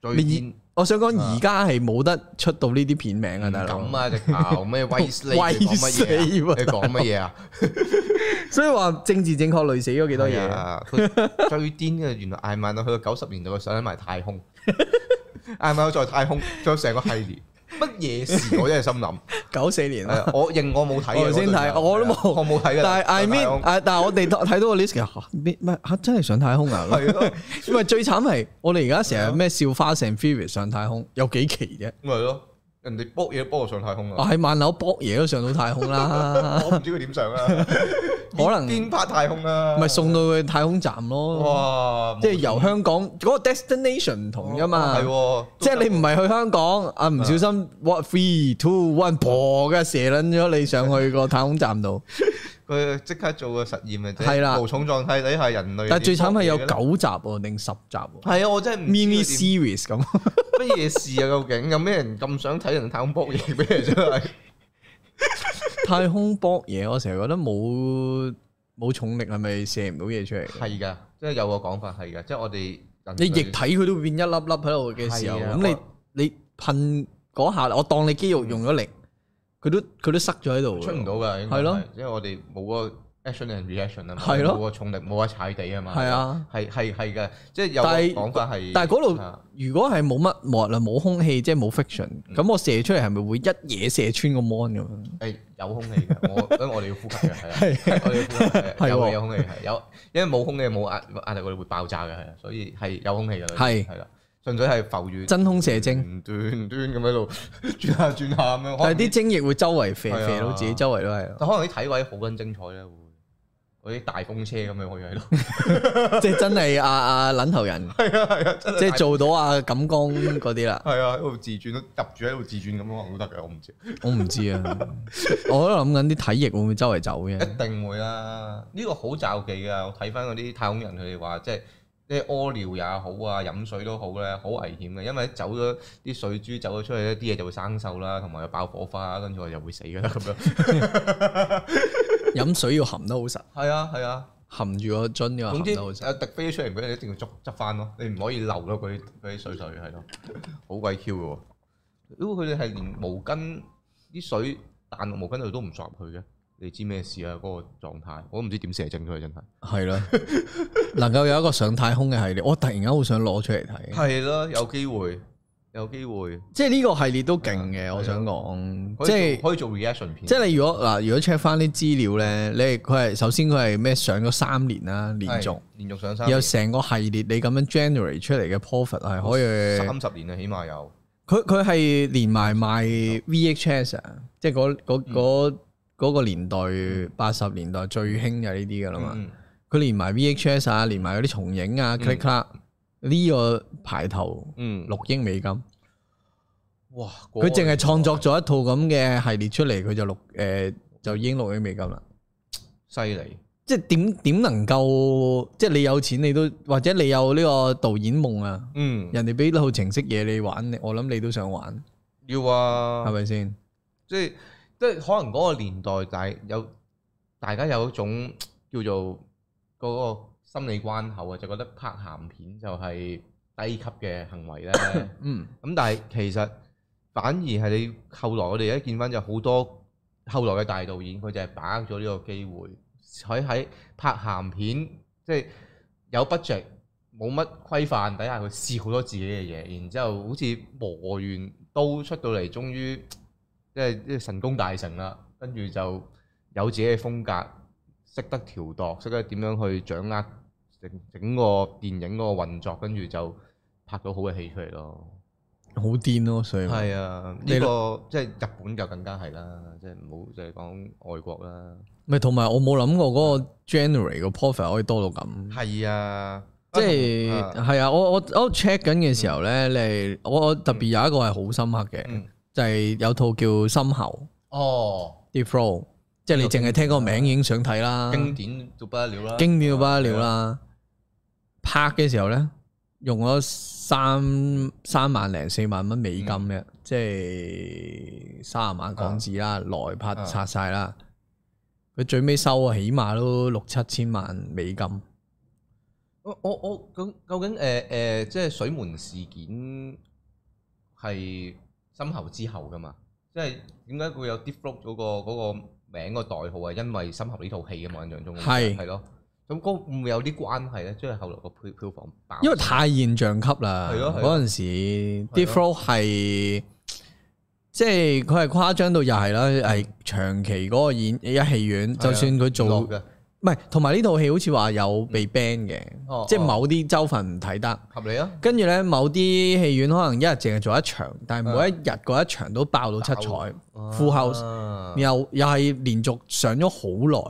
Speaker 1: 最
Speaker 2: 你
Speaker 1: 堅
Speaker 2: 我想講
Speaker 1: 啊
Speaker 2: 而家係冇得出到呢啲片名啊， 大佬。
Speaker 1: 咁啊隻牛咩威斯利
Speaker 2: 威
Speaker 1: 你講乜嘢啊？
Speaker 2: 斯利
Speaker 1: 你講乜嘢啊？
Speaker 2: 所以話政治正確累死咗幾多
Speaker 1: 係
Speaker 2: 嘢。
Speaker 1: 啊！佢 最癲嘅原來艾曼到去到九十年代，佢上喺埋太 空，艾曼在太空，仲有成個系列。乜嘢事我真係心 諗，
Speaker 2: 九四年
Speaker 1: 係
Speaker 2: 啦，
Speaker 1: 啊我認我冇睇嘅，
Speaker 2: 我先睇
Speaker 1: 嗰陣時候
Speaker 2: 我都冇
Speaker 1: 係啊我冇睇嘅。
Speaker 2: 但係 I
Speaker 1: 上太
Speaker 2: mean，
Speaker 1: 空
Speaker 2: 啊但係我哋睇到個 list 其實嚇咩咩嚇 真係上太空啊！
Speaker 1: 係咯，
Speaker 2: 因為最慘係我哋而家成日咩笑花成 Fury 上太空，有幾期啫？
Speaker 1: 咪係咯，人哋搏嘢搏我上太空 啊！
Speaker 2: 啊，喺萬樓博嘢都上到太 空啦，
Speaker 1: 我唔知佢點上啊，
Speaker 2: 可能
Speaker 1: 邊拍太空啊？
Speaker 2: 咪送到去太空站
Speaker 1: 哦
Speaker 2: 咯。
Speaker 1: 哇！
Speaker 2: 即係由香港嗰個 destination 唔同噶
Speaker 1: 哦
Speaker 2: 嘛。
Speaker 1: 係喎，
Speaker 2: 即係你唔係去香港啊，唔小心 what three two one 破嘅射撚咗你上去個太空 站度，
Speaker 1: 佢即刻做個實驗啊！
Speaker 2: 係啦
Speaker 1: 無重狀態底下人類。
Speaker 2: 但係最慘係有九集喎定十集喎
Speaker 1: 係啊！我真係唔知
Speaker 2: ，mini
Speaker 1: 佢
Speaker 2: series 咁，
Speaker 1: 點乜嘢事啊？究竟有咩人咁想睇人太空搏嘢咩？真係
Speaker 2: 太空搏嘢，我成日覺得冇冇重力係咪射唔到嘢出嚟嘅？
Speaker 1: 係㗎，即係有個講法係㗎，即係我哋人
Speaker 2: 你
Speaker 1: 類
Speaker 2: 液體佢都會變一粒粒喺度嘅時候，
Speaker 1: 係啊
Speaker 2: 咁你你噴嗰下，我當你肌肉用咗力，佢都佢都塞咗喺度㗎，
Speaker 1: 出唔到㗎，應該
Speaker 2: 係咯，
Speaker 1: 因為我哋冇個 action and reaction 啊嘛，
Speaker 2: 係咯
Speaker 1: 冇個重力，冇得踩地啊嘛，
Speaker 2: 係啊，
Speaker 1: 係係係嘅，即係有個
Speaker 2: 但係
Speaker 1: 講法係，
Speaker 2: 但係嗰
Speaker 1: 啊
Speaker 2: 度如果係冇乜冇啦，冇空氣，即係冇 friction，咁
Speaker 1: 嗯
Speaker 2: 我射出嚟係咪會一嘢射穿個 mon 咁樣？
Speaker 1: 誒哎有空氣嘅， 我因為我哋要呼吸嘅，係啊，我哋要呼吸嘅係，
Speaker 2: 係喎
Speaker 1: 有嘅有空氣係有，因為冇空氣冇壓壓力，我哋會爆炸嘅係啊，所以係有空氣嘅，
Speaker 2: 係
Speaker 1: 係啦，純粹係浮住嗯
Speaker 2: 真空射精，
Speaker 1: 端端咁喺度 轉下轉下咁樣，可能
Speaker 2: 但係啲精液會周圍射
Speaker 1: 係啊
Speaker 2: 射到自己周圍都係，啊
Speaker 1: 但可能啲體位好撚精彩咧，會嗰啲大風車咁樣可以喺度，
Speaker 2: 即係真係啊啊撚頭人，
Speaker 1: 係啊係啊，真
Speaker 2: 即
Speaker 1: 係
Speaker 2: 係做到啊錦江嗰啲啦，
Speaker 1: 係啊喺度自轉入住喺度自轉咁樣可能都得嘅，我唔知，
Speaker 2: 我唔知啊，我喺度諗緊啲體液會唔會周圍走嘅？
Speaker 1: 一定會啦，呢個好罩忌㗎，我睇翻嗰啲太空人佢哋話即係。即係屙尿也好啊，飲水都好咧，好危險嘅，因為走咗啲水珠走咗出去咧，啲嘢就會生鏽啦，同埋又爆火花，跟住我就會死㗎啦咁樣。
Speaker 2: 飲水要含得好實，
Speaker 1: 係啊係啊，
Speaker 2: 含住個樽要含
Speaker 1: 總之
Speaker 2: 得啊好實。
Speaker 1: 誒滴飛咗出嚟，佢你一定要捉執翻咯，你唔可以漏咗嗰啲嗰啲水水係咯，好鬼 Q 嘅喎。如果佢哋係連毛巾啲水彈落毛巾度都唔索入去嘅，你知咩事啊？嗰、個狀態我都唔知點射正佢真係。
Speaker 2: 係啦，能夠有一個上太空嘅系列，我突然間好想攞出嚟睇。
Speaker 1: 係咯，有機會，有機會，
Speaker 2: 即係呢個系列都勁
Speaker 1: 係
Speaker 2: 嘅，
Speaker 1: 啊
Speaker 2: 我想講，
Speaker 1: 可以
Speaker 2: 即
Speaker 1: 做
Speaker 2: 係
Speaker 1: 可以做 reaction 片。
Speaker 2: 即係你如果嗱，如果 check 翻啲資料咧，你係佢係首先佢係咩上咗三年啦，連續，
Speaker 1: 連續上三
Speaker 2: 然
Speaker 1: 年
Speaker 2: 後成個系列你咁樣 generate 出嚟嘅 profit 係可以，
Speaker 1: 三十年啊，起碼有。
Speaker 2: 佢佢係連埋賣 VHS 啊，即係嗰嗰嗰嗰個年代八十年代最興就係呢啲噶啦嘛，
Speaker 1: 嗯
Speaker 2: 佢連埋 VHS 啊，連埋嗰啲重影啊，click click 呢個排頭
Speaker 1: 嗯，
Speaker 2: 六億美金。
Speaker 1: 哇！
Speaker 2: 佢淨係創作咗一套咁嘅系列出嚟，佢就六誒、呃就已經六億美金啦。
Speaker 1: 犀利，
Speaker 2: 即係點點能夠，即係你有錢你都，或者你有呢個導演夢啊，
Speaker 1: 嗯，
Speaker 2: 人哋俾套程式嘢你玩，你我諗你都想玩，
Speaker 1: 要啊，
Speaker 2: 係咪先？
Speaker 1: 即係即係可能嗰個年代，大有大家有一種叫做嗰個心理關口啊，就覺得拍鹹片就係低級嘅行為咧。咁
Speaker 2: 嗯，
Speaker 1: 但係其實反而係你後來我哋而家見翻就好多後來嘅大導演，佢就係把握咗呢個機會，喺喺拍鹹片即係有 budget。冇乜規範底下，佢試好多自己嘅嘢，然之後好似磨完刀出到嚟，終於即係即係神功大成啦。跟住就有自己嘅風格，識得調度，識得點樣去掌握整整個電影嗰個運作，跟住就拍到好嘅戲出嚟咯。
Speaker 2: 好癲咯，所以咪
Speaker 1: 係啊，呢個即係日本就更加係啦，即係唔好就係講外國啦。
Speaker 2: 咪同埋我冇諗過嗰個 January 個 profit 可以多到咁，
Speaker 1: 係啊，
Speaker 2: 即係係啊！我我我 check 緊嘅時候咧，你我我特別有一個係好深刻嘅
Speaker 1: 嗯，
Speaker 2: 就係有套叫《深喉
Speaker 1: 哦，》
Speaker 2: Deep Flow，即係你淨係聽個名已經想睇啦，
Speaker 1: 經典到不得了啦，
Speaker 2: 經典到不得了啦！拍嘅時候咧，用咗三三萬零四萬蚊美金嘅，即係三十萬港紙啦，來拍拆晒啦。佢最尾收啊，起碼都六七千萬美金。
Speaker 1: 我我我咁究竟誒誒、呃呃即係水門事件係深喉之後噶嘛？即係點解會有 d e e p l o o k 嗰個嗰、個名個代號係因為深喉呢套戲嘅嘛？印象中
Speaker 2: 係
Speaker 1: 係咯，咁嗰會唔會有啲關係咧？即係後來個票票房爆，
Speaker 2: 因為太現象級啦，
Speaker 1: 係咯係
Speaker 2: 嗰
Speaker 1: 咯
Speaker 2: 陣時
Speaker 1: 係
Speaker 2: d e e p f l o w 係即係佢係誇張到又係啦，係長期嗰個演一戲院，就算佢做
Speaker 1: 啊落
Speaker 2: 唔
Speaker 1: 嘅嗯
Speaker 2: 係，同埋呢套戲好似話有被 ban 嘅，
Speaker 1: 哦
Speaker 2: 即係
Speaker 1: 哦
Speaker 2: 某啲州份唔睇得。
Speaker 1: 合理啊，
Speaker 2: 跟住咧，某啲戲院可能一日淨係做一場，但係每一日嗰一場都爆到七彩
Speaker 1: 嗯爆
Speaker 2: full house，
Speaker 1: 啊
Speaker 2: 又又係連續上咗好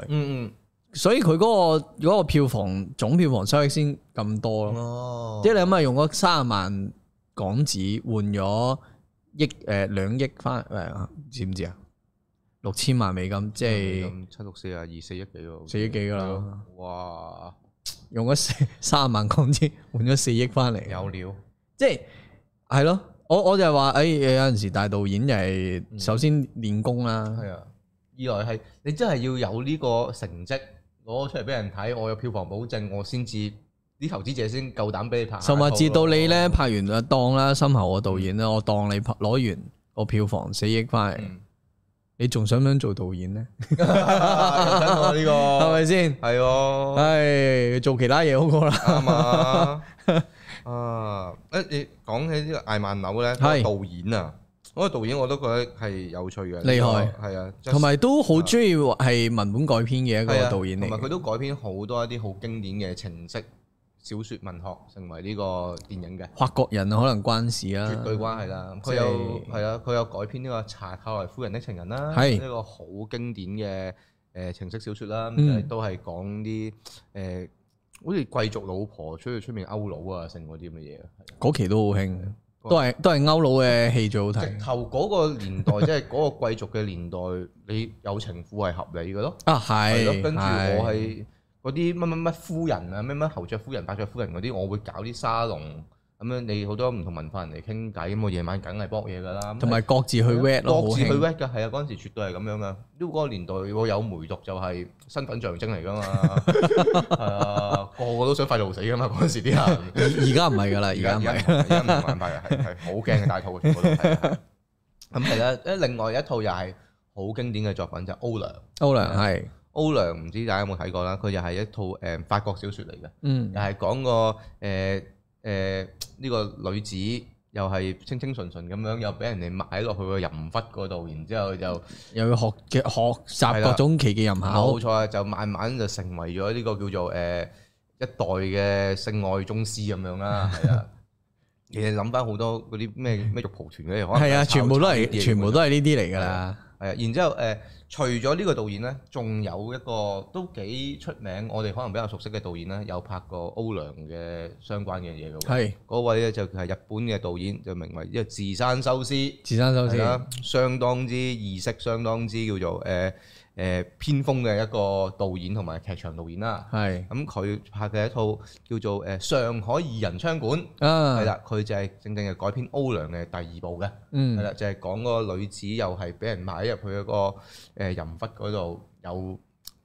Speaker 2: 耐，
Speaker 1: 嗯嗯，
Speaker 2: 所以佢嗰、個嗰個票房總票房收益先咁多咯。
Speaker 1: 哦，
Speaker 2: 即係你諗下，用嗰三十萬港紙換咗億誒兩億翻誒，知唔知啊？六千萬美金，即係
Speaker 1: 咁七六四啊，二四億幾喎，好似
Speaker 2: 四億幾㗎啦
Speaker 1: 係咯，哇，
Speaker 2: 用咗四 三十萬港紙換咗四億翻嚟，
Speaker 1: 有料，
Speaker 2: 即係係咯。我我就係話，誒、哎有陣時大導演就係首先練功啦，
Speaker 1: 嗯係啊，二來係你真係要有呢個成績攞出嚟俾人睇，我有票房保證，我先至啲投資者先夠膽俾你拍下一套
Speaker 2: 甚
Speaker 1: 咯。
Speaker 2: 至到你咧拍完啊當啦，深喉個導演啦，我當你拍攞完個票房四億翻嚟，
Speaker 1: 嗯，
Speaker 2: 你仲想唔想做導演咧？
Speaker 1: 有真喎呢
Speaker 2: 係
Speaker 1: 個
Speaker 2: 咪先？
Speaker 1: 係喎，
Speaker 2: 唉，做其他嘢好過啦。
Speaker 1: 啱啊！啊，誒你講起呢個艾曼紐咧，嗰
Speaker 2: 係
Speaker 1: 個導演啊，嗰個導演我都覺得係有趣嘅，
Speaker 2: 厲害
Speaker 1: 呢個係啊，
Speaker 2: 同埋都好中意係文本改編嘅
Speaker 1: 係
Speaker 2: 一個
Speaker 1: 啊
Speaker 2: 導演嚟
Speaker 1: 同埋佢
Speaker 2: 嘅。
Speaker 1: 都改編好多一啲好經典嘅情色小説文學，成為呢個電影嘅。
Speaker 2: 法國人啊可能關事啦，
Speaker 1: 絕對關係啦。
Speaker 2: 即係
Speaker 1: 佢有係啊，佢有改編呢個《查卡萊夫人的情人》啦，
Speaker 2: 係
Speaker 1: 一個好經典嘅誒情色小説啦，
Speaker 2: 嗯
Speaker 1: 亦都係講啲誒好似貴族老婆出去出面勾佬啊，成嗰啲咁嘅嘢。
Speaker 2: 嗰期都好興，
Speaker 1: 嗰
Speaker 2: 都係都係歐佬嘅戲最好
Speaker 1: 直
Speaker 2: 睇
Speaker 1: 頭嗰個年代，即係嗰個貴族嘅年代，你有情婦係合理嘅咯。
Speaker 2: 啊！
Speaker 1: 係
Speaker 2: 係
Speaker 1: 咯，跟住我
Speaker 2: 係
Speaker 1: 係嗰啲乜乜乜夫人啊，乜乜侯爵夫人、伯爵夫人嗰啲，我會搞啲沙龍。咁樣你好多唔同文化人嚟傾偈，咁我夜晚梗係搏嘢㗎啦。咁
Speaker 2: 同埋各自去 red 咯，好
Speaker 1: 各自去
Speaker 2: 興
Speaker 1: wet 㗎，係啊，嗰陣時絕對係咁樣噶。因為嗰個年代如果有梅毒就係身份象徵嚟 㗎嘛，係啊，個個都想快到死㗎嘛。嗰陣時啲人，
Speaker 2: 而而家唔係㗎啦，而
Speaker 1: 而家
Speaker 2: 家唔
Speaker 1: 而家
Speaker 2: 係。
Speaker 1: 而家唔係快啊，係係好驚嘅大肚全部都係 啊。咁係啦，誒另外一套又係好經典嘅作品就係《啊歐良》。
Speaker 2: 歐良係
Speaker 1: 歐良唔知大家有冇睇過啦，佢又係一套誒、法國小説嚟嘅，
Speaker 2: 嗯
Speaker 1: 又係啊講個誒誒呢個女子又係清清純純咁樣，又俾人哋買落去個淫窟嗰度，然之後就
Speaker 2: 又要學嘅學
Speaker 1: 係
Speaker 2: 習
Speaker 1: 啦
Speaker 2: 各種奇技淫巧
Speaker 1: 冇，錯啊，就慢慢就成為咗呢個叫做誒、一代嘅性愛宗師咁樣 啦，係啊。其實諗翻好多嗰啲咩咩肉蒲團嗰啲，可能
Speaker 2: 係啊，全部都
Speaker 1: 炒炒呢啲
Speaker 2: 係
Speaker 1: 嘢
Speaker 2: 全部都係呢啲嚟㗎
Speaker 1: 係
Speaker 2: 啦。
Speaker 1: 係啊，然之後誒、呃除咗呢個導演咧，仲有一個都幾出名，我哋可能比較熟悉嘅導演咧，有拍過歐良嘅相關嘅嘢嘅喎。
Speaker 2: 係
Speaker 1: 嗰位咧就係日本嘅導演，就名為一個自山修斯，
Speaker 2: 自生收
Speaker 1: 係
Speaker 2: 先，
Speaker 1: 啦，相當之意識，相當之叫做誒誒、呃偏鋒嘅一個導演同埋劇場導演啦。
Speaker 2: 係
Speaker 1: 咁佢拍嘅一套叫做誒《上海二人槍館》，係
Speaker 2: 啊，
Speaker 1: 啦，佢就係正正係改編歐良嘅第二部嘅。
Speaker 2: 嗯
Speaker 1: 係，啦，就係講嗰個女子又係俾人買入去嗰個誒淫窟嗰度，有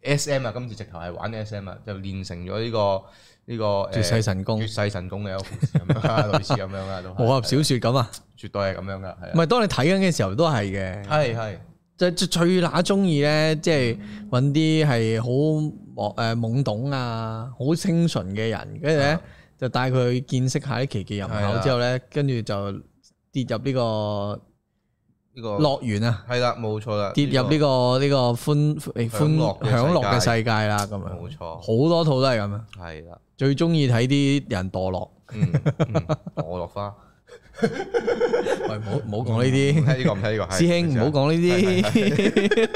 Speaker 1: S.M. 啊，今次直頭係玩 S.M. 啊，就練成咗呢個呢個誒
Speaker 2: 絕世神功
Speaker 1: 絕，世神功嘅一個故事咁樣 啦，類似咁樣啊啦，都
Speaker 2: 武俠
Speaker 1: 係
Speaker 2: 小説咁啊。
Speaker 1: 絕對係咁樣噶，係
Speaker 2: 唔
Speaker 1: 啊
Speaker 2: 係，當你睇緊嘅時候都係嘅。
Speaker 1: 係係
Speaker 2: 就最最乸中意咧，即係揾啲係好懵誒懵懂啊，好清純嘅人，跟住咧
Speaker 1: 啊
Speaker 2: 就帶佢去見識下啲奇技淫
Speaker 1: 係
Speaker 2: 巧
Speaker 1: 啊哦
Speaker 2: 之後咧，跟住就跌入呢個
Speaker 1: 呢個
Speaker 2: 樂園啊，
Speaker 1: 係啦，冇錯啦，
Speaker 2: 跌入呢個呢個歡誒
Speaker 1: 享樂嘅世界
Speaker 2: 歡享樂嘅世界啦，咁
Speaker 1: 個
Speaker 2: 樣
Speaker 1: 冇錯，
Speaker 2: 好多套都 係咁樣，啊
Speaker 1: 係啦，
Speaker 2: 最中意睇啲人墮落，
Speaker 1: 嗯，嗯我落花
Speaker 2: 喂，唔好 唔好講呢啲，
Speaker 1: 呢個唔睇呢個，嗯係
Speaker 2: 師兄唔好講呢
Speaker 1: 係
Speaker 2: 啲，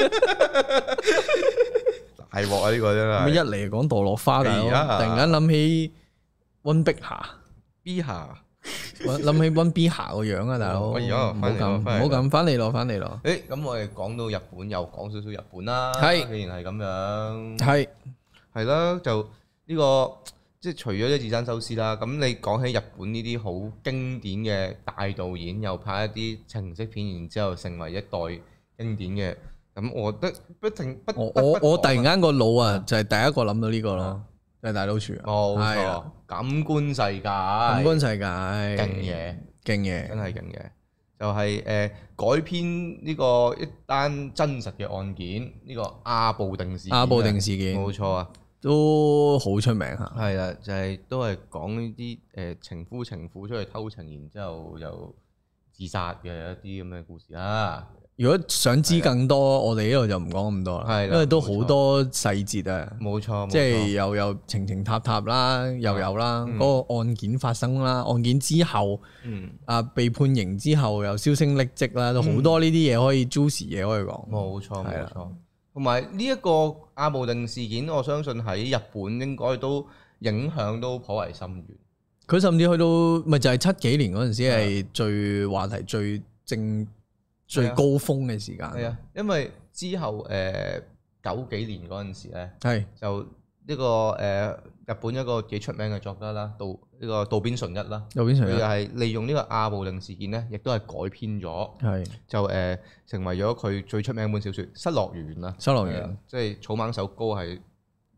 Speaker 1: 大鑊啊！呢個真
Speaker 2: 咁
Speaker 1: 係
Speaker 2: 一嚟講墮落花，大佬
Speaker 1: 哎呀
Speaker 2: 突然間諗起温碧霞，
Speaker 1: B 下。
Speaker 2: 溫諗起温碧霞個樣啊，大佬，唔
Speaker 1: 我
Speaker 2: 好
Speaker 1: 而家
Speaker 2: 咁
Speaker 1: 返嚟咯
Speaker 2: 唔
Speaker 1: 哎返嚟
Speaker 2: 好
Speaker 1: 咯
Speaker 2: 咁，翻嚟咯，翻嚟咯，
Speaker 1: 诶，咁我哋講到日本又講少少日本啦，
Speaker 2: 係
Speaker 1: 既然係咁樣，
Speaker 2: 係
Speaker 1: 係啦，就呢、個即係除咗啲自山修斯啦，咁你講起日本呢啲好經典嘅大導演，又拍一啲情色片，然之後成為一代經典嘅，咁我覺得不停不
Speaker 2: 我
Speaker 1: 不
Speaker 2: 我
Speaker 1: 不講
Speaker 2: 我突然間個腦啊，就係第一個諗到呢個咯
Speaker 1: 啊，
Speaker 2: 就係大老鼠啊，
Speaker 1: 冇
Speaker 2: 係
Speaker 1: 錯
Speaker 2: 啊，
Speaker 1: 感官世界，
Speaker 2: 感
Speaker 1: 感
Speaker 2: 官世界，
Speaker 1: 勁嘢。
Speaker 2: 勁
Speaker 1: 真
Speaker 2: 嘢，
Speaker 1: 係勁嘅，就係、呃改編呢個一單真實嘅案件，呢、個阿布定事件啊
Speaker 2: 阿布定事件
Speaker 1: 冇錯啊，
Speaker 2: 都好出名啊嚇，
Speaker 1: 係啦，就係、都係講呢啲誒情夫情婦出去偷情，然之後又自殺嘅一啲咁嘅故事啦。
Speaker 2: 如果想知更多，我哋呢度就唔講咁多啦，
Speaker 1: 係啦
Speaker 2: 因為都好多細節啊。
Speaker 1: 冇錯，
Speaker 2: 即係
Speaker 1: 係
Speaker 2: 又有情情塔塔啦，又有啦，
Speaker 1: 嗯
Speaker 2: 嗰、個案件發生啦，案件之後
Speaker 1: 嗯
Speaker 2: 啊被判刑之後又銷聲匿跡啦，都好多呢啲嘢可以 juicy 嘢可以講。
Speaker 1: 冇錯
Speaker 2: 嗯係
Speaker 1: 冇
Speaker 2: 啦
Speaker 1: 錯。同埋呢一個阿布定事件，我相信喺日本應該都影響都頗為深遠。
Speaker 2: 佢甚至去到咪就係七幾年嗰陣時
Speaker 1: 啊
Speaker 2: 係最話題最正最高峰嘅
Speaker 1: 係
Speaker 2: 時間，
Speaker 1: 啊，因為之後誒、呃九幾年嗰陣時咧。
Speaker 2: 係
Speaker 1: 就呢、個呃日本一個幾出名嘅作家啦，渡呢、個渡邊淳一啦，
Speaker 2: 右邊
Speaker 1: 佢
Speaker 2: 上
Speaker 1: 就
Speaker 2: 一
Speaker 1: 係利用呢個阿部定事件咧，亦都係改編咗，
Speaker 2: 係
Speaker 1: 就誒、呃成為咗佢最出名嘅本小説《失樂園》啦，
Speaker 2: 收留
Speaker 1: 係
Speaker 2: 員
Speaker 1: 啊，即係草蜢首歌係《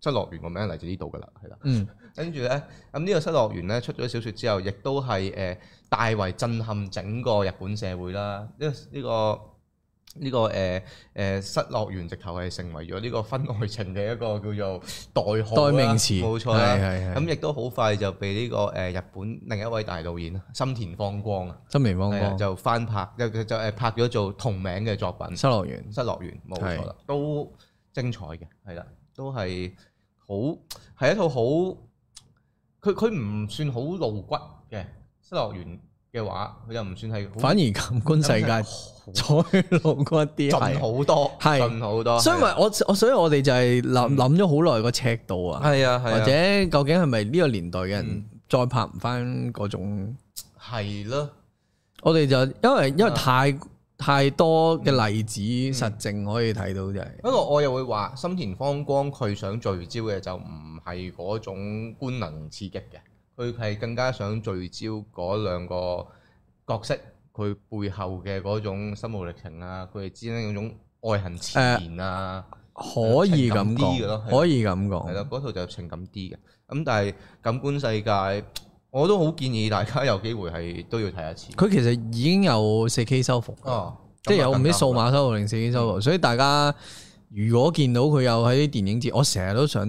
Speaker 1: 失樂園》個名嚟自呢度噶啦，係啦。
Speaker 2: 嗯
Speaker 1: 跟住咧，咁呢個《失樂園》咧出咗小説之後，亦都係誒、呃大為震撼整個日本社會啦。呢、呢個呢、個誒誒、呃呃失樂園直頭係成為咗呢個婚外情嘅一個叫做代號啦
Speaker 2: 代名詞
Speaker 1: 啊冇錯
Speaker 2: 係
Speaker 1: 啦。
Speaker 2: 啊係係
Speaker 1: 咁亦都好快就被呢、個誒、呃日本另一位大導演啊森田芳光啊，
Speaker 2: 心靈方
Speaker 1: 係啊
Speaker 2: 光
Speaker 1: 就翻拍就就就誒拍咗做同名嘅作品。
Speaker 2: 收留員
Speaker 1: 失樂園冇錯啦，都精彩嘅，係啦，都係好係一套好，佢佢唔算好露骨嘅失樂園嘅話，佢又唔算係好
Speaker 2: 反而感官世界 再露骨啲係
Speaker 1: 盡好多，
Speaker 2: 係
Speaker 1: 盡好多，
Speaker 2: 所以
Speaker 1: 係
Speaker 2: 咪
Speaker 1: 啊嗯
Speaker 2: 我我所以我哋就係諗諗咗好耐個尺度啊，
Speaker 1: 係啊，
Speaker 2: 或
Speaker 1: 或者
Speaker 2: 者究竟係咪呢個年代嘅人
Speaker 1: 嗯
Speaker 2: 再拍唔翻嗰種？
Speaker 1: 係咯，
Speaker 2: 我哋就因為因為
Speaker 1: 啊
Speaker 2: 太太多嘅例子實證可以睇到就係
Speaker 1: 不過我又會話森田芳光佢想聚焦嘅就唔係嗰種官能刺激嘅，佢係更加想聚焦嗰兩個角色佢背後嘅嗰種心路歷程啊，佢哋之間嗰種愛恨纏綿啊，
Speaker 2: 可以
Speaker 1: 情
Speaker 2: 咁
Speaker 1: 感啲嘅咯
Speaker 2: 講，
Speaker 1: 係
Speaker 2: 可以咁
Speaker 1: 係啦、
Speaker 2: 講，
Speaker 1: 嗰套就情感啲嘅。咁但係感官世界，我都好建議大家有機會係都要睇一次。
Speaker 2: 佢其實已經有四 K 修復，
Speaker 1: 哦，
Speaker 2: 即係有
Speaker 1: 咁
Speaker 2: 唔
Speaker 1: 啊
Speaker 2: 知數碼修復定四 K
Speaker 1: 嗯
Speaker 2: 修復，所以大家。如果見到佢有喺啲電影節，我成日都想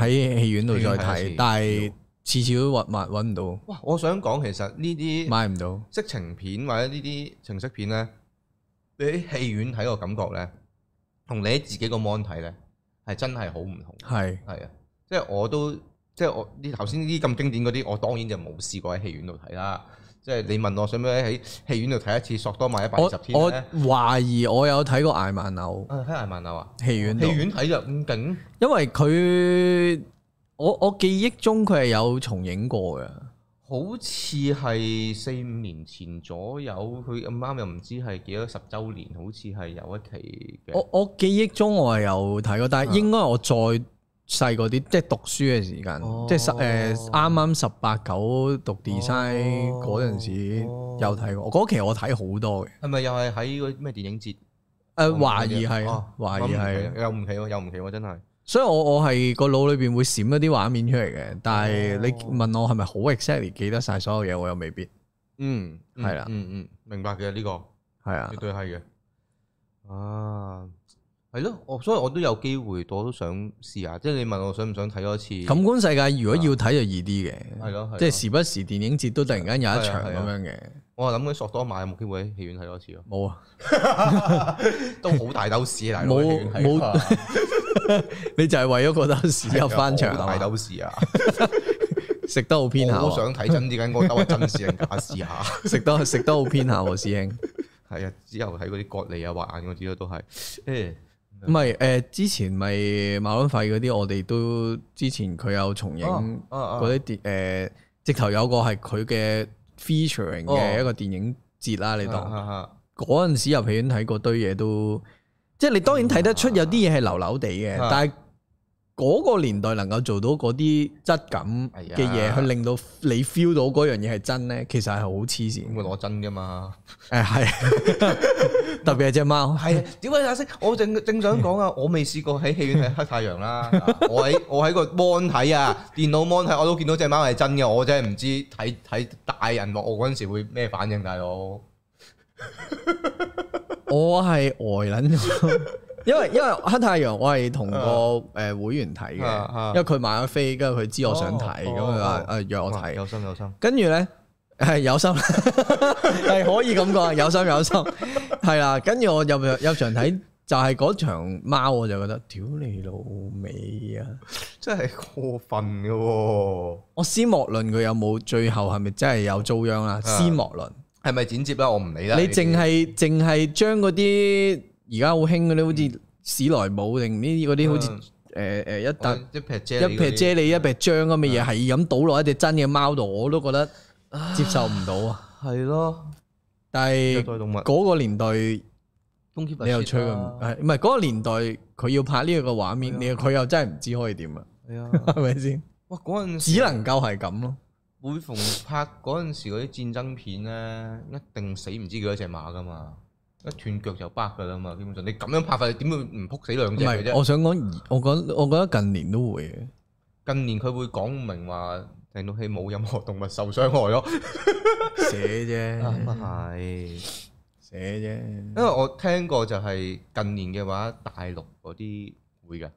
Speaker 2: 喺戲院度再睇，
Speaker 1: 嗯
Speaker 2: 但係次次都揾揾唔到，
Speaker 1: 哇！我想講其實呢啲
Speaker 2: 買唔到。
Speaker 1: 色情片或者呢啲情色片咧，你喺戲院睇個感覺咧，同你喺自己個 mon 睇咧，係真係好唔同。
Speaker 2: 係
Speaker 1: 係啊，即係我都即係我呢頭先呢啲咁經典嗰啲，我當然就冇試過喺戲院度睇啦。即係你問我想唔想喺戲院度睇一次，索多買一百二
Speaker 2: 我
Speaker 1: 十天
Speaker 2: 我
Speaker 1: 咧？
Speaker 2: 懷疑我有睇過艾曼紐
Speaker 1: 啊，喺艾曼樓啊，
Speaker 2: 戲院度
Speaker 1: 戲，院睇就咁勁，
Speaker 2: 因為佢我我記憶中佢係有重影過嘅，
Speaker 1: 好似係四五年前左右，佢咁啱又唔知係幾多十週年，好似係有一期嘅。
Speaker 2: 我我記憶中我係有睇過，但係
Speaker 1: 嗯
Speaker 2: 應該我再細嗰啲，即係讀書嘅時間，
Speaker 1: 哦
Speaker 2: 即係十誒啱啱十八九讀 design
Speaker 1: 哦
Speaker 2: 嗰陣時
Speaker 1: 哦
Speaker 2: 有睇過，嗰期我睇好多嘅，
Speaker 1: 係咪又係喺嗰啲咩電影節？
Speaker 2: 誒懷疑係啊
Speaker 1: 哦
Speaker 2: 懷疑係，啊
Speaker 1: 又唔奇喎，又唔奇喎，真係。
Speaker 2: 所以我我係個腦裏邊會閃一啲畫面出嚟嘅，但係
Speaker 1: 哦
Speaker 2: 你問我係咪好 exactly 記得晒所有嘢，我又未必
Speaker 1: 嗯，
Speaker 2: 係啦
Speaker 1: 嗯嗯，明白嘅呢個
Speaker 2: 係啊
Speaker 1: 絕。對係嘅。啊，係咯，我所以我都有機會，我都想試下。即係你問我想唔想睇多次？
Speaker 2: 感官世界如果要睇就易啲
Speaker 1: 係
Speaker 2: 嘅，
Speaker 1: 咯，係
Speaker 2: 即係
Speaker 1: 咯
Speaker 2: 時不時電影節都突然間有一
Speaker 1: 係啊
Speaker 2: 場咁
Speaker 1: 係啊
Speaker 2: 樣嘅，？
Speaker 1: 我係諗緊索多瑪有冇機會喺戲院睇多次咯
Speaker 2: 冇啊！
Speaker 1: 都好大兜屎啊！大佬
Speaker 2: 冇
Speaker 1: 喺戲院睇啊
Speaker 2: 你就係為咗覺得時入翻場
Speaker 1: 好大
Speaker 2: 啊嘛，
Speaker 1: 兜屎啊！
Speaker 2: 食得好偏下
Speaker 1: 我
Speaker 2: 喎，
Speaker 1: 想睇真啲緊嗰兜係真事定假事下。
Speaker 2: 食得食得好偏下喎，師兄。
Speaker 1: 係啊，之後睇嗰啲割脷啊、畫眼嗰啲咯，都係誒
Speaker 2: 唔係誒，之前咪馬鞍費嗰啲，我哋都之前佢有重影
Speaker 1: 哦哦哦
Speaker 2: 嗰啲電誒，直頭有個係佢嘅 featuring 嘅
Speaker 1: 哦
Speaker 2: 一個電影節啦，你當。
Speaker 1: 啊
Speaker 2: 嗰陣時入戲院睇嗰堆嘢都，即係你當然睇得出有啲嘢係流流地嘅，
Speaker 1: 啊
Speaker 2: 但係嗰個年代能夠做到嗰啲質感
Speaker 1: 哎呀
Speaker 2: 嘅嘢，去令到你 feel 到嗰樣嘢係真咧，其實係好黐
Speaker 1: 咁
Speaker 2: 線。
Speaker 1: 佢攞真噶嘛。
Speaker 2: 誒係， 特別係只貓，
Speaker 1: 係啊，點解解釋？我正正想講
Speaker 2: 嗯
Speaker 1: 啊，我未試過喺戲院睇黑太陽啦。 嗱我喺我喺個 mon 睇啊，電腦 mon 睇，我都見到只貓係真嘅。我真係唔知睇睇大人幕我嗰陣時會咩反應，大佬。
Speaker 2: 我係呆撚咗。因為因為黑太陽，我係同個誒會員睇
Speaker 1: 啊啊
Speaker 2: 嘅，因為佢買咗飛，跟住佢知我想睇，咁
Speaker 1: 哦
Speaker 2: 佢話
Speaker 1: 哦
Speaker 2: 誒約我睇
Speaker 1: 哇，有心有心。
Speaker 2: 跟住咧係有心， 係可以咁講，有心有心，係啦。跟住我入入場睇就係嗰場貓，我就覺得屌你老味啊！
Speaker 1: 真係過分嘅喎、
Speaker 2: 我先莫論佢有冇最後係咪真係有遭殃
Speaker 1: 啊
Speaker 2: 啦？先莫論，
Speaker 1: 係咪剪接啦？我唔理啦。
Speaker 2: 你淨係淨係將嗰啲而家好興嗰啲，好似史萊姆定呢
Speaker 1: 嗯
Speaker 2: 啲嗰啲，好似誒誒一笪
Speaker 1: 一撇啫喱嗰啲，啊
Speaker 2: 一撇啫喱一撇漿咁嘅嘢，係咁倒落一隻真嘅貓度，我都覺得接受唔到啊！
Speaker 1: 係咯，
Speaker 2: 但係
Speaker 1: 虐待動物。啊
Speaker 2: 嗰個年代。
Speaker 1: 冬天
Speaker 2: 你又吹佢哎唔係唔係嗰個年代，佢要拍呢個畫面，你佢又真係啊唔知可以點啊，
Speaker 1: 係啊！
Speaker 2: 係咪先？
Speaker 1: 哇，嗰陣時
Speaker 2: 只能夠係咁咯。
Speaker 1: 每逢拍嗰陣時嗰啲戰爭片咧，一定死唔知幾多隻馬噶嘛，一斷腳就崩噶啦嘛，基本上你咁樣拍法，你點會唔撲死兩
Speaker 2: 唔
Speaker 1: 隻嘅
Speaker 2: 係，
Speaker 1: 啫？
Speaker 2: 我想講而，我講，我覺得近年都會嘅。
Speaker 1: 近年佢會講明話成套戲冇任何動物受傷害咯，咁
Speaker 2: 寫啫，嗯
Speaker 1: 啊係，
Speaker 2: 寫啫。
Speaker 1: 因為我聽過就係近年嘅話，大陸嗰啲會嘅，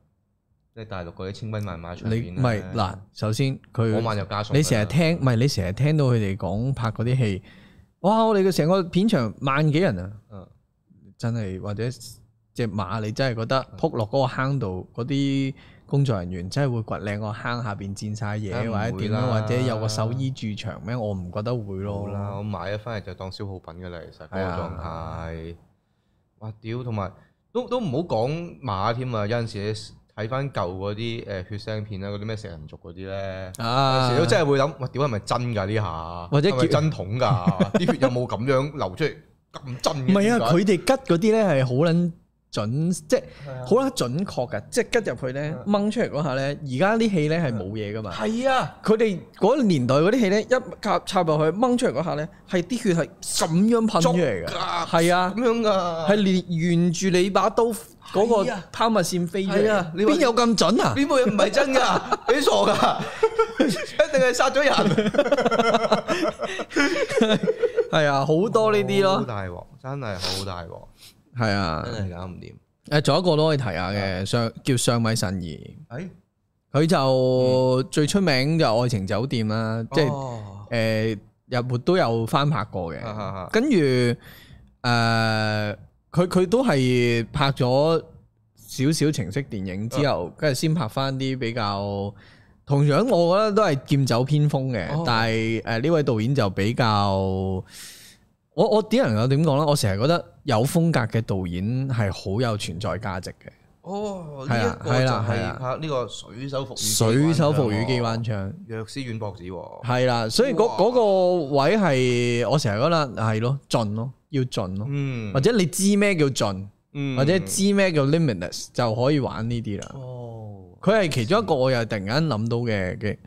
Speaker 1: 即係大陸嗰啲清兵萬馬場
Speaker 2: 你
Speaker 1: 面
Speaker 2: 唔係嗱，首先
Speaker 1: 我
Speaker 2: 佢
Speaker 1: 萬有加數㗎啦，
Speaker 2: 你成日聽，唔係你成日聽到佢哋講拍嗰啲戲，哇！我哋嘅成個片場萬幾人啊，
Speaker 1: 嗯，
Speaker 2: 真係或者只馬你真係覺得
Speaker 1: 嗯
Speaker 2: 撲落嗰個坑度，嗰啲工作人員真係會掘靚個坑下邊濺晒嘢，
Speaker 1: 梗係唔
Speaker 2: 或者
Speaker 1: 會
Speaker 2: 點樣，
Speaker 1: 啦
Speaker 2: 或者有個獸醫駐場咩？我唔覺得會
Speaker 1: 好
Speaker 2: 咯。
Speaker 1: 啦，我買咗翻嚟就當消耗品㗎啦，其實嗰個
Speaker 2: 係
Speaker 1: 狀
Speaker 2: 啊
Speaker 1: 態。哇屌，同埋都都唔好講馬添啊！有陣時你睇翻舊嗰啲誒血腥片啦，啊嗰啲咩食人族嗰啲咧，有
Speaker 2: 啊
Speaker 1: 時，都真係會諗，哇屌係咪真㗎呢下？
Speaker 2: 或者
Speaker 1: 係咪
Speaker 2: 叫
Speaker 1: 真筒 㗎？啲血有冇咁樣流出嚟咁真
Speaker 2: 唔
Speaker 1: 嘅？
Speaker 2: 係
Speaker 1: 點
Speaker 2: 啊，
Speaker 1: 解
Speaker 2: 佢哋拮嗰啲咧係好撚準，即係
Speaker 1: 係啊嗯
Speaker 2: 好撚準確㗎，即係拮入去咧掹出嚟嗰下咧，而家啲戲咧係冇嘢㗎嘛。
Speaker 1: 係啊，
Speaker 2: 佢哋嗰個年代嗰啲戲咧，一夾插入去掹出嚟嗰下咧，係啲血係咁樣噴出嚟
Speaker 1: 足
Speaker 2: 㗎，
Speaker 1: 㗎
Speaker 2: 係啊
Speaker 1: 咁。樣㗎。
Speaker 2: 係連沿住你把刀嗰個
Speaker 1: 係啊
Speaker 2: 拋物線飛出
Speaker 1: 係啊
Speaker 2: 嚟，
Speaker 1: 你話
Speaker 2: 邊有咁準啊？
Speaker 1: 邊部嘢唔係真㗎？ 你傻㗎？ 一定係殺咗人。
Speaker 2: 係啊，好多呢啲
Speaker 1: 好
Speaker 2: 咯，
Speaker 1: 大鑊，真係好大鑊，
Speaker 2: 係啊
Speaker 1: 真。哦係搞啊唔掂。
Speaker 2: 誒，仲有一個都可以提下嘅，上叫上米神兒，
Speaker 1: 誒，
Speaker 2: 佢就最出名就《愛情酒店》啦，即係
Speaker 1: 嗯哦
Speaker 2: 誒日活都有翻拍過
Speaker 1: 啊啊
Speaker 2: 嘅
Speaker 1: 啊。
Speaker 2: 跟住誒，佢佢都係拍咗少少情色電影之後，跟住先拍翻啲比較。同樣，我覺得都係劍走偏鋒嘅，
Speaker 1: 哦
Speaker 2: 但係誒呢位導演就比較，我我點能夠點講呢？我成日覺得有風格嘅導演係好有存在價值嘅。
Speaker 1: 哦，呢
Speaker 2: 係啊
Speaker 1: 一個
Speaker 2: 係
Speaker 1: 就
Speaker 2: 啦係
Speaker 1: 係
Speaker 2: 啦
Speaker 1: 拍呢個水手服與
Speaker 2: 水手服與機
Speaker 1: 槍，
Speaker 2: 關槍
Speaker 1: 啊
Speaker 2: 哦
Speaker 1: 藥師丸博子喎。
Speaker 2: 係啊啦，所以嗰
Speaker 1: 哇
Speaker 2: 嗰個位係我成日覺得係咯，盡咯，要盡咯，
Speaker 1: 嗯
Speaker 2: 或者你知咩叫盡，
Speaker 1: 嗯
Speaker 2: 或者知咩叫 limitless 就可以玩呢啲啦。
Speaker 1: 哦，
Speaker 2: 佢係其中一個我又突然間諗到嘅嘅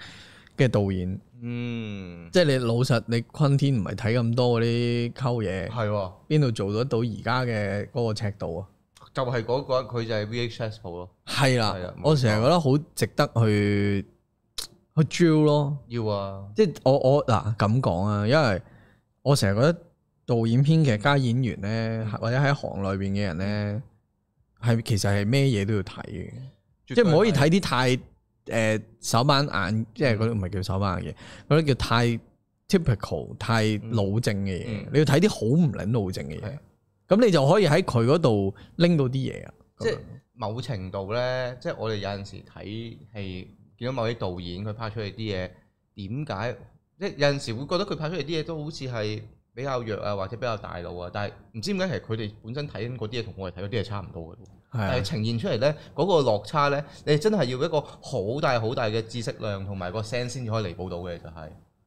Speaker 2: 嘅導演。
Speaker 1: 嗯，
Speaker 2: 即係你老實，你昆天唔係睇咁多嗰啲溝嘢，
Speaker 1: 係喎，
Speaker 2: 邊度做得到而家嘅嗰個尺度啊？
Speaker 1: 就係嗰個佢就係 VHS 鋪咯，
Speaker 2: 係啦
Speaker 1: 係啊冇，錯
Speaker 2: 我成日覺得好值得去去 drill 咯。
Speaker 1: 要啊，
Speaker 2: 即係我我嗱咁講啊，因為我成日覺得導演、編劇加演員咧，或者喺行內邊嘅人咧，係其實係咩嘢都要睇嘅，
Speaker 1: 即
Speaker 2: 即係唔可以睇啲太誒、手板眼，即係嗰
Speaker 1: 嗯
Speaker 2: 啲唔係叫手板眼嘅，嗰啲叫太 typical、太老正嘅嘢。
Speaker 1: 嗯
Speaker 2: 你要睇啲好唔撚老正嘅
Speaker 1: 係
Speaker 2: 嘢，咁你就可以喺佢嗰度拎到啲嘢啊。
Speaker 1: 即係某程度咧，即係我哋有陣時睇戲，見到某啲導演佢拍出嚟啲嘢，點解即係有陣時會覺得佢拍出嚟啲嘢都好似係比較弱啊，或者比較大路啊，但係唔知點解其實佢哋本身睇緊嗰啲嘢同我哋睇嗰啲嘢差唔多嘅喎。但係
Speaker 2: 係
Speaker 1: 呈現出嚟咧，嗰、個落差咧，你真係要一個好大好大嘅知識量同埋個聲先至可以彌補到嘅，就係、
Speaker 2: 誒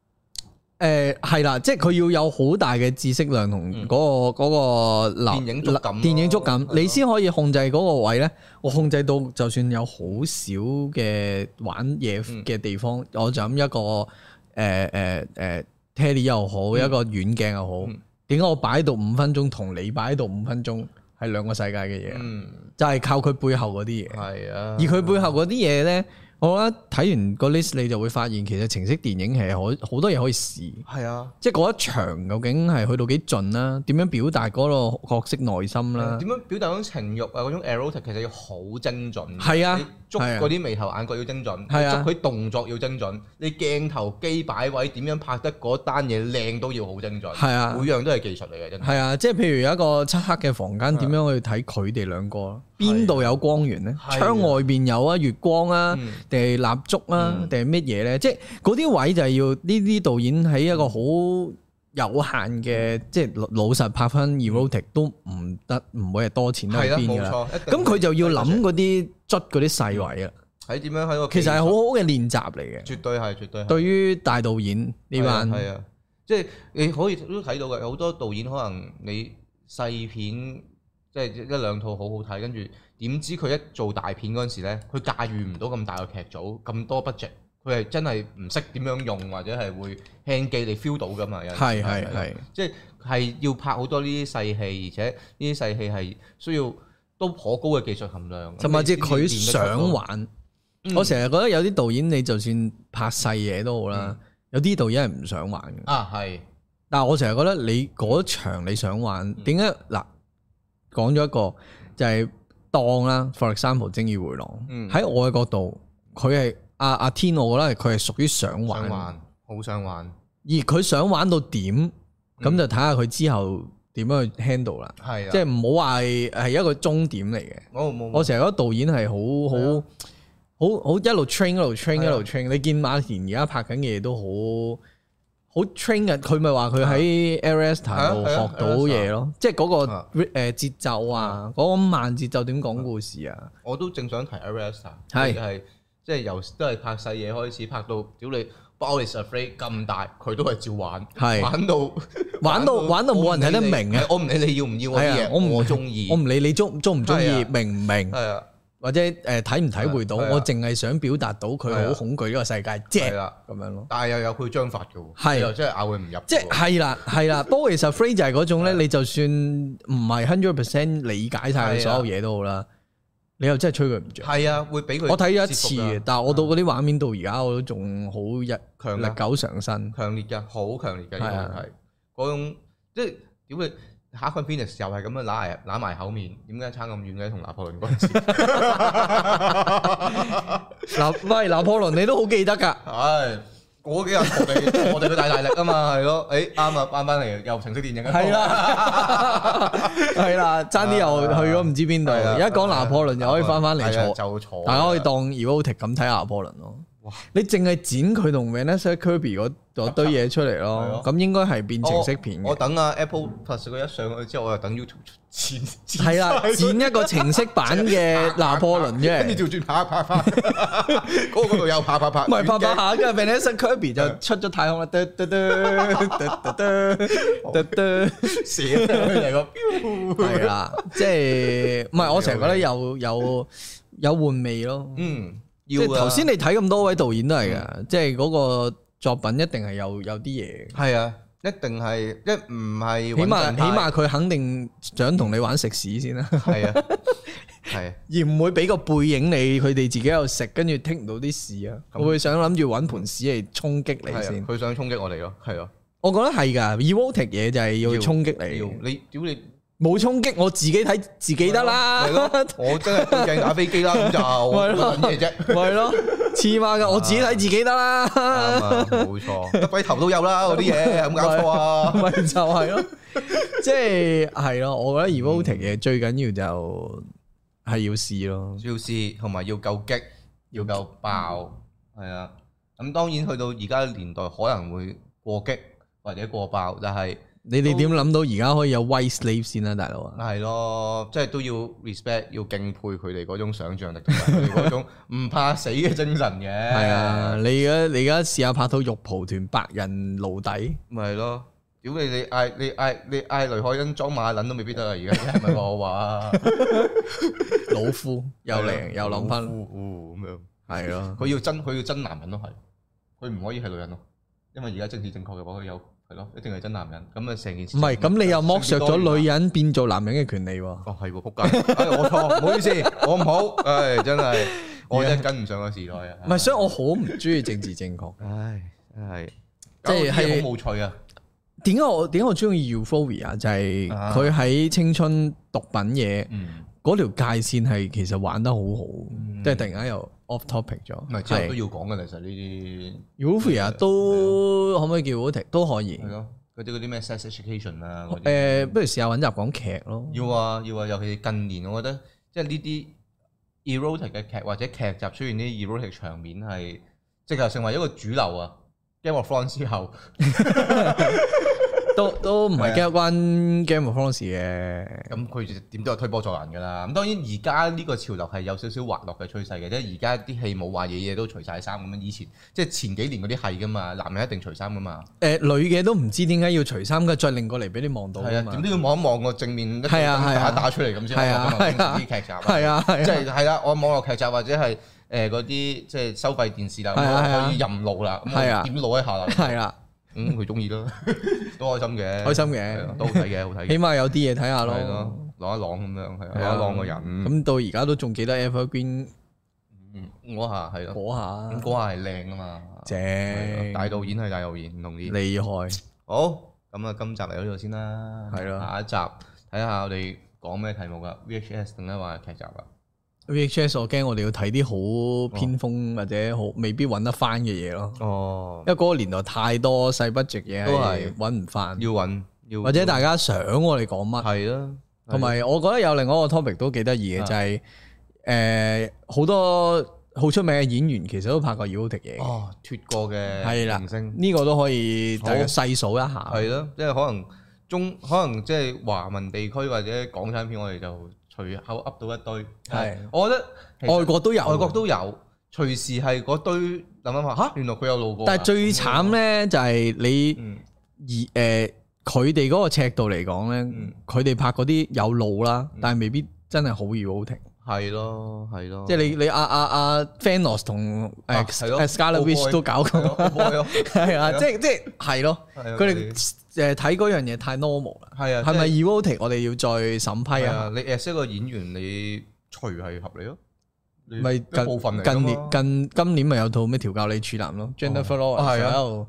Speaker 2: 呃係啦，即係佢要有好大嘅知識量同
Speaker 1: 嗯
Speaker 2: 嗰個嗰個流
Speaker 1: 電影觸感咯
Speaker 2: 電影觸感
Speaker 1: 係，咯
Speaker 2: 你先可以控制嗰個位咧。我控制到就算有好少嘅玩嘢
Speaker 1: 嗯
Speaker 2: 嘅地方，我就咁一個呃誒誒誒 telly 又好，一個遠鏡又好
Speaker 1: 嗯，
Speaker 2: 點解我擺到五分鐘同你擺到五分鐘係兩個世界嘅嘢？啊
Speaker 1: 嗯，
Speaker 2: 就係靠佢背後嗰啲嘢。
Speaker 1: 係啊
Speaker 2: 而。佢背後嗰啲嘢咧，我覺得睇完個 list 你就會發現，其實程式電影係可好多嘢可以試，
Speaker 1: 係啊，
Speaker 2: 即係嗰一場究竟係去到幾盡啦，點樣表達嗰個角色內心啦，
Speaker 1: 啊點樣表達嗰種情慾啊？嗰種 erotic 其實要好精準。
Speaker 2: 係啊
Speaker 1: 你捉
Speaker 2: 係啊
Speaker 1: 嗰啲眉頭眼角要精準，
Speaker 2: 係啊
Speaker 1: 你捉佢動作要精準，你鏡頭機擺位點樣拍得嗰單嘢靚都要好精準。
Speaker 2: 係啊
Speaker 1: 每樣都係技術嚟嘅，真係。
Speaker 2: 係啊，即係譬如有一個漆黑嘅房間，點樣去睇佢哋兩個？邊度有光源呢？
Speaker 1: 啊係啊
Speaker 2: 窗外邊有啊，月光啊
Speaker 1: 嗯，
Speaker 2: 定係蠟燭啊
Speaker 1: 嗯，
Speaker 2: 定係乜嘢呢？即係嗰啲位就係要呢啲導演喺一個好有限嘅，
Speaker 1: 嗯
Speaker 2: 即係老老實拍翻 erotic 都唔得，唔會係多錢喺
Speaker 1: 係啦，
Speaker 2: 邊
Speaker 1: 冇
Speaker 2: 㗎啦。
Speaker 1: 錯。啊一定
Speaker 2: 咁佢就要諗嗰啲捽嗰啲細位啦。啊
Speaker 1: 喺點樣喺個
Speaker 2: 其實係好
Speaker 1: 技
Speaker 2: 好嘅練習嚟嘅
Speaker 1: 術，，絕對係，絕對係。
Speaker 2: 對於大導演呢班
Speaker 1: 係啊係啊，即係你可以都睇到嘅，有好多導演可能你細片即係一兩套好好睇，跟住點知佢一做大片嗰陣時咧，佢駕馭唔到咁大嘅劇組，咁多 budget，佢係真係唔識點樣用，或者係會輕機你 feel 到噶嘛？有陣時
Speaker 2: 係係係
Speaker 1: 即啊係係要拍好多呢啲細戲，而且呢啲細戲係需要都頗高嘅技術含量，
Speaker 2: 同埋即
Speaker 1: 咁
Speaker 2: 係佢
Speaker 1: 你先至練得嗯
Speaker 2: 想
Speaker 1: 出到
Speaker 2: 玩。我成日覺得有啲導演你就算拍細嘢都好
Speaker 1: 嗯
Speaker 2: 啦，有啲導演係唔想玩嘅。
Speaker 1: 啊係
Speaker 2: 但係我成日覺得你嗰場你想玩，
Speaker 1: 嗯
Speaker 2: 點解嗱講咗一個就係當啦，for example《正義回廊
Speaker 1: 嗯》
Speaker 2: 喺我嘅角度，佢係阿阿天，我覺得佢係屬於想
Speaker 1: 想
Speaker 2: 玩，而
Speaker 1: 玩，好想玩，
Speaker 2: 佢想玩到點，
Speaker 1: 嗯
Speaker 2: 咁就睇下佢之後點樣去 handle 啦。
Speaker 1: 係啊，
Speaker 2: 即係唔好話係係一個終點嚟嘅。
Speaker 1: 我冇
Speaker 2: 我成日覺得導演係好
Speaker 1: 嗯係啊
Speaker 2: 好好好一路 train 一路 train
Speaker 1: 係啊
Speaker 2: 一路 train。你見馬田而家拍緊嘅嘢都好好 train 嘅，佢咪話佢喺 a r e s t
Speaker 1: 係啊
Speaker 2: a 度
Speaker 1: 係啊
Speaker 2: 學到嘢咯，即係嗰
Speaker 1: 啊
Speaker 2: 個誒節奏啊，嗰個慢節奏點講故事啊，
Speaker 1: 我都正想提 Arresta，
Speaker 2: 係
Speaker 1: 係即係由都係拍細嘢開始，拍到屌你 Boris Afraid 咁大，佢都係照玩，
Speaker 2: 係
Speaker 1: 嗯玩到
Speaker 2: 玩到玩到冇人睇得
Speaker 1: 我唔理你
Speaker 2: 明啊！
Speaker 1: 我唔理你要唔要嗰
Speaker 2: 係
Speaker 1: 啲
Speaker 2: 啊
Speaker 1: 嘢，，
Speaker 2: 我唔
Speaker 1: 我中意
Speaker 2: 我，唔理你中中唔中意
Speaker 1: 係啊，
Speaker 2: 明唔明，
Speaker 1: 係啊，
Speaker 2: 或者誒體唔體會到，
Speaker 1: 係啊
Speaker 2: 我淨係想表達到佢
Speaker 1: 係啊
Speaker 2: 好恐懼呢個世界
Speaker 1: 係啊
Speaker 2: 啫，
Speaker 1: 啦，
Speaker 2: 咁樣咯。
Speaker 1: 但係又有佢章法嘅喎，
Speaker 2: 係
Speaker 1: 你又真係咬佢唔入嘅喎，
Speaker 2: 即係啦，係啦，Boris Afraid 就係嗰種咧，
Speaker 1: 啊
Speaker 2: 你就算唔係 hundred percent 理解
Speaker 1: 啊
Speaker 2: 晒佢所有嘢都好啦，你又真係吹佢唔着。
Speaker 1: 係啊，會俾佢
Speaker 2: 我睇咗一
Speaker 1: 折服㗎啊
Speaker 2: 次，但係我到嗰啲畫面到而家我都仲好日
Speaker 1: 強㗎
Speaker 2: 歷久常新。
Speaker 1: 強烈嘅，好強烈嘅，
Speaker 2: 係啊
Speaker 1: 呢個係嗰種即係屌你。下一份 Phoenix 又係咁樣揦埋揦埋口面，點解差咁遠嘅？同拿破崙嗰陣時，
Speaker 2: 嗱，喂，拿破崙你都好記得㗎，
Speaker 1: 唉，嗰幾日我哋我哋都大大力啊嘛，係咯，誒啱啊，翻翻嚟又程式電影啊，
Speaker 2: 係啦， 係啦，爭啲又去咗唔知邊度。
Speaker 1: 係啊，
Speaker 2: 而家講拿破崙又可以翻翻嚟
Speaker 1: 係啊
Speaker 2: 坐，
Speaker 1: 就坐，
Speaker 2: 大家可以當 erotic 咁睇拿破崙咯
Speaker 1: 哇。
Speaker 2: 你淨係剪佢同 Vanessa Kirby 嗰嗰堆嘢出嚟咯，
Speaker 1: 係啊
Speaker 2: 咁應該係變程式片嘅
Speaker 1: 我。我等啊 Apple Plus 佢一上去之後，我又等 YouTube 剪剪
Speaker 2: 係啦，
Speaker 1: 晒
Speaker 2: 剪一個程式版 嘅拿破崙
Speaker 1: 跟
Speaker 2: 啫，
Speaker 1: 住調轉拍拍 拍，嗰個度又拍拍拍，
Speaker 2: 唔係拍
Speaker 1: 拍，
Speaker 2: 拍下嘅 Vanessa Kirby 就出咗太空啦，嘟嘟嘟 嘟嘟嘟嘟，
Speaker 1: 射嚟個
Speaker 2: 係啊啦，即係唔係 我成日覺得有有有換味咯，
Speaker 1: 嗯，
Speaker 2: 即
Speaker 1: 要
Speaker 2: 係
Speaker 1: 啊
Speaker 2: 頭先你睇咁多位導演都係噶，即係嗰個作品一定係有有啲嘢，
Speaker 1: 係啊，一定係一唔係
Speaker 2: 起碼
Speaker 1: 穩陣
Speaker 2: 起
Speaker 1: 派
Speaker 2: 碼佢肯定想同你玩食屎先啦，
Speaker 1: 係啊，係啊
Speaker 2: 而唔會俾個背影你，佢哋自己喺度食，跟住剔唔到啲屎啊，
Speaker 1: 咁
Speaker 2: 我會想諗住揾盤屎嚟衝擊
Speaker 1: 係啊
Speaker 2: 你先。
Speaker 1: 佢想衝擊我哋咯，係咯。
Speaker 2: 我覺得係㗎 e v o t i c 嘢就係要衝擊
Speaker 1: 要
Speaker 2: 你，
Speaker 1: 你屌你
Speaker 2: 冇衝擊我自己睇自己得啦
Speaker 1: 係，咯我真係對鏡打飛機啦，咁就我
Speaker 2: 係咯
Speaker 1: 做緊嘢啫。
Speaker 2: 咪咯，黐孖 㗎，我自己睇自己得啦，
Speaker 1: 啱啊，冇錯，得鬼頭都有啦，嗰啲嘢有冇搞錯 啊？
Speaker 2: 咪就係咯，即係係咯，我覺得 e v o t i c 嘢最緊要就係要試咯，
Speaker 1: 要試同埋要夠激，要夠爆，係啊，咁當然去到而家年代可能會過激或者過爆，但係
Speaker 2: 你哋點諗到而家可以有 white slave 先啦，大佬啊？
Speaker 1: 係咯，即係都要 respect，要敬佩佢哋嗰種想像力同 埋佢哋嗰種唔怕死嘅精神嘅。
Speaker 2: 係啊，，你而家你而家試下拍套肉蒲團白人奴隸，
Speaker 1: 咪係咯。屌你！你嗌你嗌你嗌雷海恩裝馬撚都未必得啊！而家係咪我話啊
Speaker 2: 老夫又靚又諗
Speaker 1: 老
Speaker 2: 翻，
Speaker 1: 夫哦咁樣？
Speaker 2: 係咯，
Speaker 1: 佢要真佢要真男人咯，係佢唔可以係女人咯，因為而家政治正確嘅話，佢有係咯，一定係真男人。咁啊，成件事
Speaker 2: 唔係咁你又 剝削咗女
Speaker 1: 人。
Speaker 2: 人變做男人嘅權利喎。
Speaker 1: 哦，係喎，仆街！哎我錯，唔好意 思，我唔好，唉，真係我真係跟唔上個時代啊！
Speaker 2: 唔係，所以我好唔中意政治正確。
Speaker 1: 唉，真係搞
Speaker 2: 即係
Speaker 1: 到啲嘢好冇趣啊！
Speaker 2: 點解我點解我中意 Euphoria 就係
Speaker 1: 啊
Speaker 2: 佢喺青春毒品嘢
Speaker 1: 嗯，
Speaker 2: 嗰條界線係其實玩得好好，
Speaker 1: 嗯
Speaker 2: 即係突然間又 off topic 咗。
Speaker 1: 唔係之後都
Speaker 2: 係
Speaker 1: 要講嘅，其實呢
Speaker 2: Euphoria 都可唔可以叫好聽？都可以
Speaker 1: 啲係。咯，嗰啲嗰啲咩 sex education 啊，嗰啲
Speaker 2: 誒，不如試下揾集講劇咯。
Speaker 1: 要啊要啊，尤其近年，我覺得即係呢啲 erotic 嘅劇或者劇集出現啲 erotic 場面係，即係成為一個主流啊。Game of Thrones 之後，
Speaker 2: 都都唔係 g a m e Game of Thrones 嘅，
Speaker 1: 咁佢就點都有推波助瀾㗎啦。咁當然而家呢個潮流係有少少滑落嘅趨勢嘅，即係而家啲戲冇話嘢嘢都除晒衫咁樣。以前即係前幾年嗰啲係㗎嘛，男人一定除衫㗎嘛，
Speaker 2: 誒女嘅都唔知點解要除衫嘅，再擰過嚟俾你望到
Speaker 1: 係
Speaker 2: 㗎
Speaker 1: 啊，點
Speaker 2: 嘛。
Speaker 1: 都要望一望個正面一
Speaker 2: 係啊係
Speaker 1: 打
Speaker 2: 啊
Speaker 1: 打出嚟咁先
Speaker 2: 係啊
Speaker 1: 好㗎
Speaker 2: 係
Speaker 1: 嘛。
Speaker 2: 啊
Speaker 1: 啲劇集啊
Speaker 2: 係啊係啊
Speaker 1: 即係係啦，我網絡劇集或者係誒嗰啲即係收費電視啦，
Speaker 2: 係啊係啊
Speaker 1: 我可以任路啦，咁
Speaker 2: 係啊
Speaker 1: 我點路一下啦，
Speaker 2: 係啦，
Speaker 1: 咁佢中意咯， 都開心嘅，
Speaker 2: 開心嘅
Speaker 1: 係啊都好睇嘅，好睇
Speaker 2: 起
Speaker 1: 嘅，
Speaker 2: 碼有啲嘢睇下
Speaker 1: 係
Speaker 2: 咯。
Speaker 1: 咯，朗一朗咁樣，係啊
Speaker 2: 係啊
Speaker 1: 朗一朗個人，
Speaker 2: 咁到而家都仲記得 Evergreen
Speaker 1: 嗯嗰下係咯，
Speaker 2: 嗰
Speaker 1: 咁
Speaker 2: 下，
Speaker 1: 嗰下係靚啊嘛，係
Speaker 2: 正
Speaker 1: 啊大導演係大導演，唔同啲。
Speaker 2: 厲害。
Speaker 1: 好，咁啊，今集嚟到呢度先啦，
Speaker 2: 係咯
Speaker 1: 下一集睇下我哋講咩題目噶，VHS 定係話劇集啊？
Speaker 2: VHS 我驚我哋要睇啲好偏鋒或者好未必揾得翻嘅嘢咯，
Speaker 1: 哦
Speaker 2: 因，為嗰個年代太多細 budget 嘢
Speaker 1: 都
Speaker 2: 係
Speaker 1: 係
Speaker 2: 揾唔翻，
Speaker 1: 要揾要
Speaker 2: 或者大家想我哋講乜，
Speaker 1: 係啊啦，
Speaker 2: 同埋我覺得有另外一個 topic 都幾得意嘅就係誒好多好出名嘅演員其實都拍過 e r o t i c 嘢，
Speaker 1: 哦，脱過嘅
Speaker 2: 係啦啊
Speaker 1: 明星
Speaker 2: 呢個都可以
Speaker 1: 好
Speaker 2: 大家細數一下，
Speaker 1: 係咯，即係可能中可能即係華文地區或者港產片，我哋就隨口噏到一堆。
Speaker 2: 係，
Speaker 1: 我覺得其實
Speaker 2: 外國都有，
Speaker 1: 外國都有，隨時係嗰堆諗諗下嚇，原來佢有路過㗎。啊
Speaker 2: 但係最慘咧就係你。
Speaker 1: 嗯
Speaker 2: 而誒，呃佢哋嗰個尺度嚟講咧
Speaker 1: 嗯，
Speaker 2: 佢哋、拍嗰啲有路啦，但係未必真係好易好聽。
Speaker 1: 係咯係咯，
Speaker 2: 即係你你啊阿阿阿 Fanos 同
Speaker 1: 哦啊
Speaker 2: 誒
Speaker 1: 係咯
Speaker 2: Scarlet
Speaker 1: 好
Speaker 2: Witch
Speaker 1: boy
Speaker 2: 都搞
Speaker 1: 係咯
Speaker 2: 過，
Speaker 1: 好開 咯
Speaker 2: 係啊，
Speaker 1: 係啊
Speaker 2: 即係即係係咯，
Speaker 1: 係啊
Speaker 2: 佢哋誒睇嗰樣嘢太 normal 啦，
Speaker 1: 係啊，
Speaker 2: 係
Speaker 1: 即
Speaker 2: 咪 e v o t i c 我哋要再審批
Speaker 1: 係
Speaker 2: 啊？
Speaker 1: 啊？你 as 一個演員，你除係合理咯，你
Speaker 2: 咪
Speaker 1: 一部分嚟
Speaker 2: 近
Speaker 1: 㗎嘛
Speaker 2: 近年近今年咪有套咩調教你處男咯，Jennifer
Speaker 1: 啊
Speaker 2: Lawrence
Speaker 1: 係啊
Speaker 2: 喺度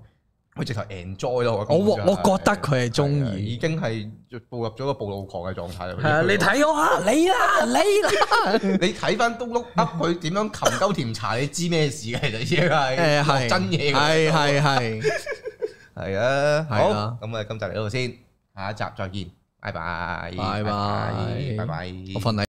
Speaker 1: 佢直頭 enjoy 咯。
Speaker 2: 我
Speaker 1: 根本就
Speaker 2: 我覺得佢係中
Speaker 1: 係啊
Speaker 2: 意
Speaker 1: 已。經係步入咗個暴露狂嘅狀態啦。
Speaker 2: 係啊，你睇我啊，你啦，你啦。
Speaker 1: 你睇翻東碌噏佢點樣擒鳩甜茶，你知咩事嘅其實已經係
Speaker 2: 誒係啊
Speaker 1: 落真嘢㗎。
Speaker 2: 係係係。
Speaker 1: 係啊，好
Speaker 2: 係啊
Speaker 1: 咁啊，今集嚟到呢度先，下一集再見，拜拜，拜
Speaker 2: 拜拜
Speaker 1: 拜，
Speaker 2: 我瞓喺啊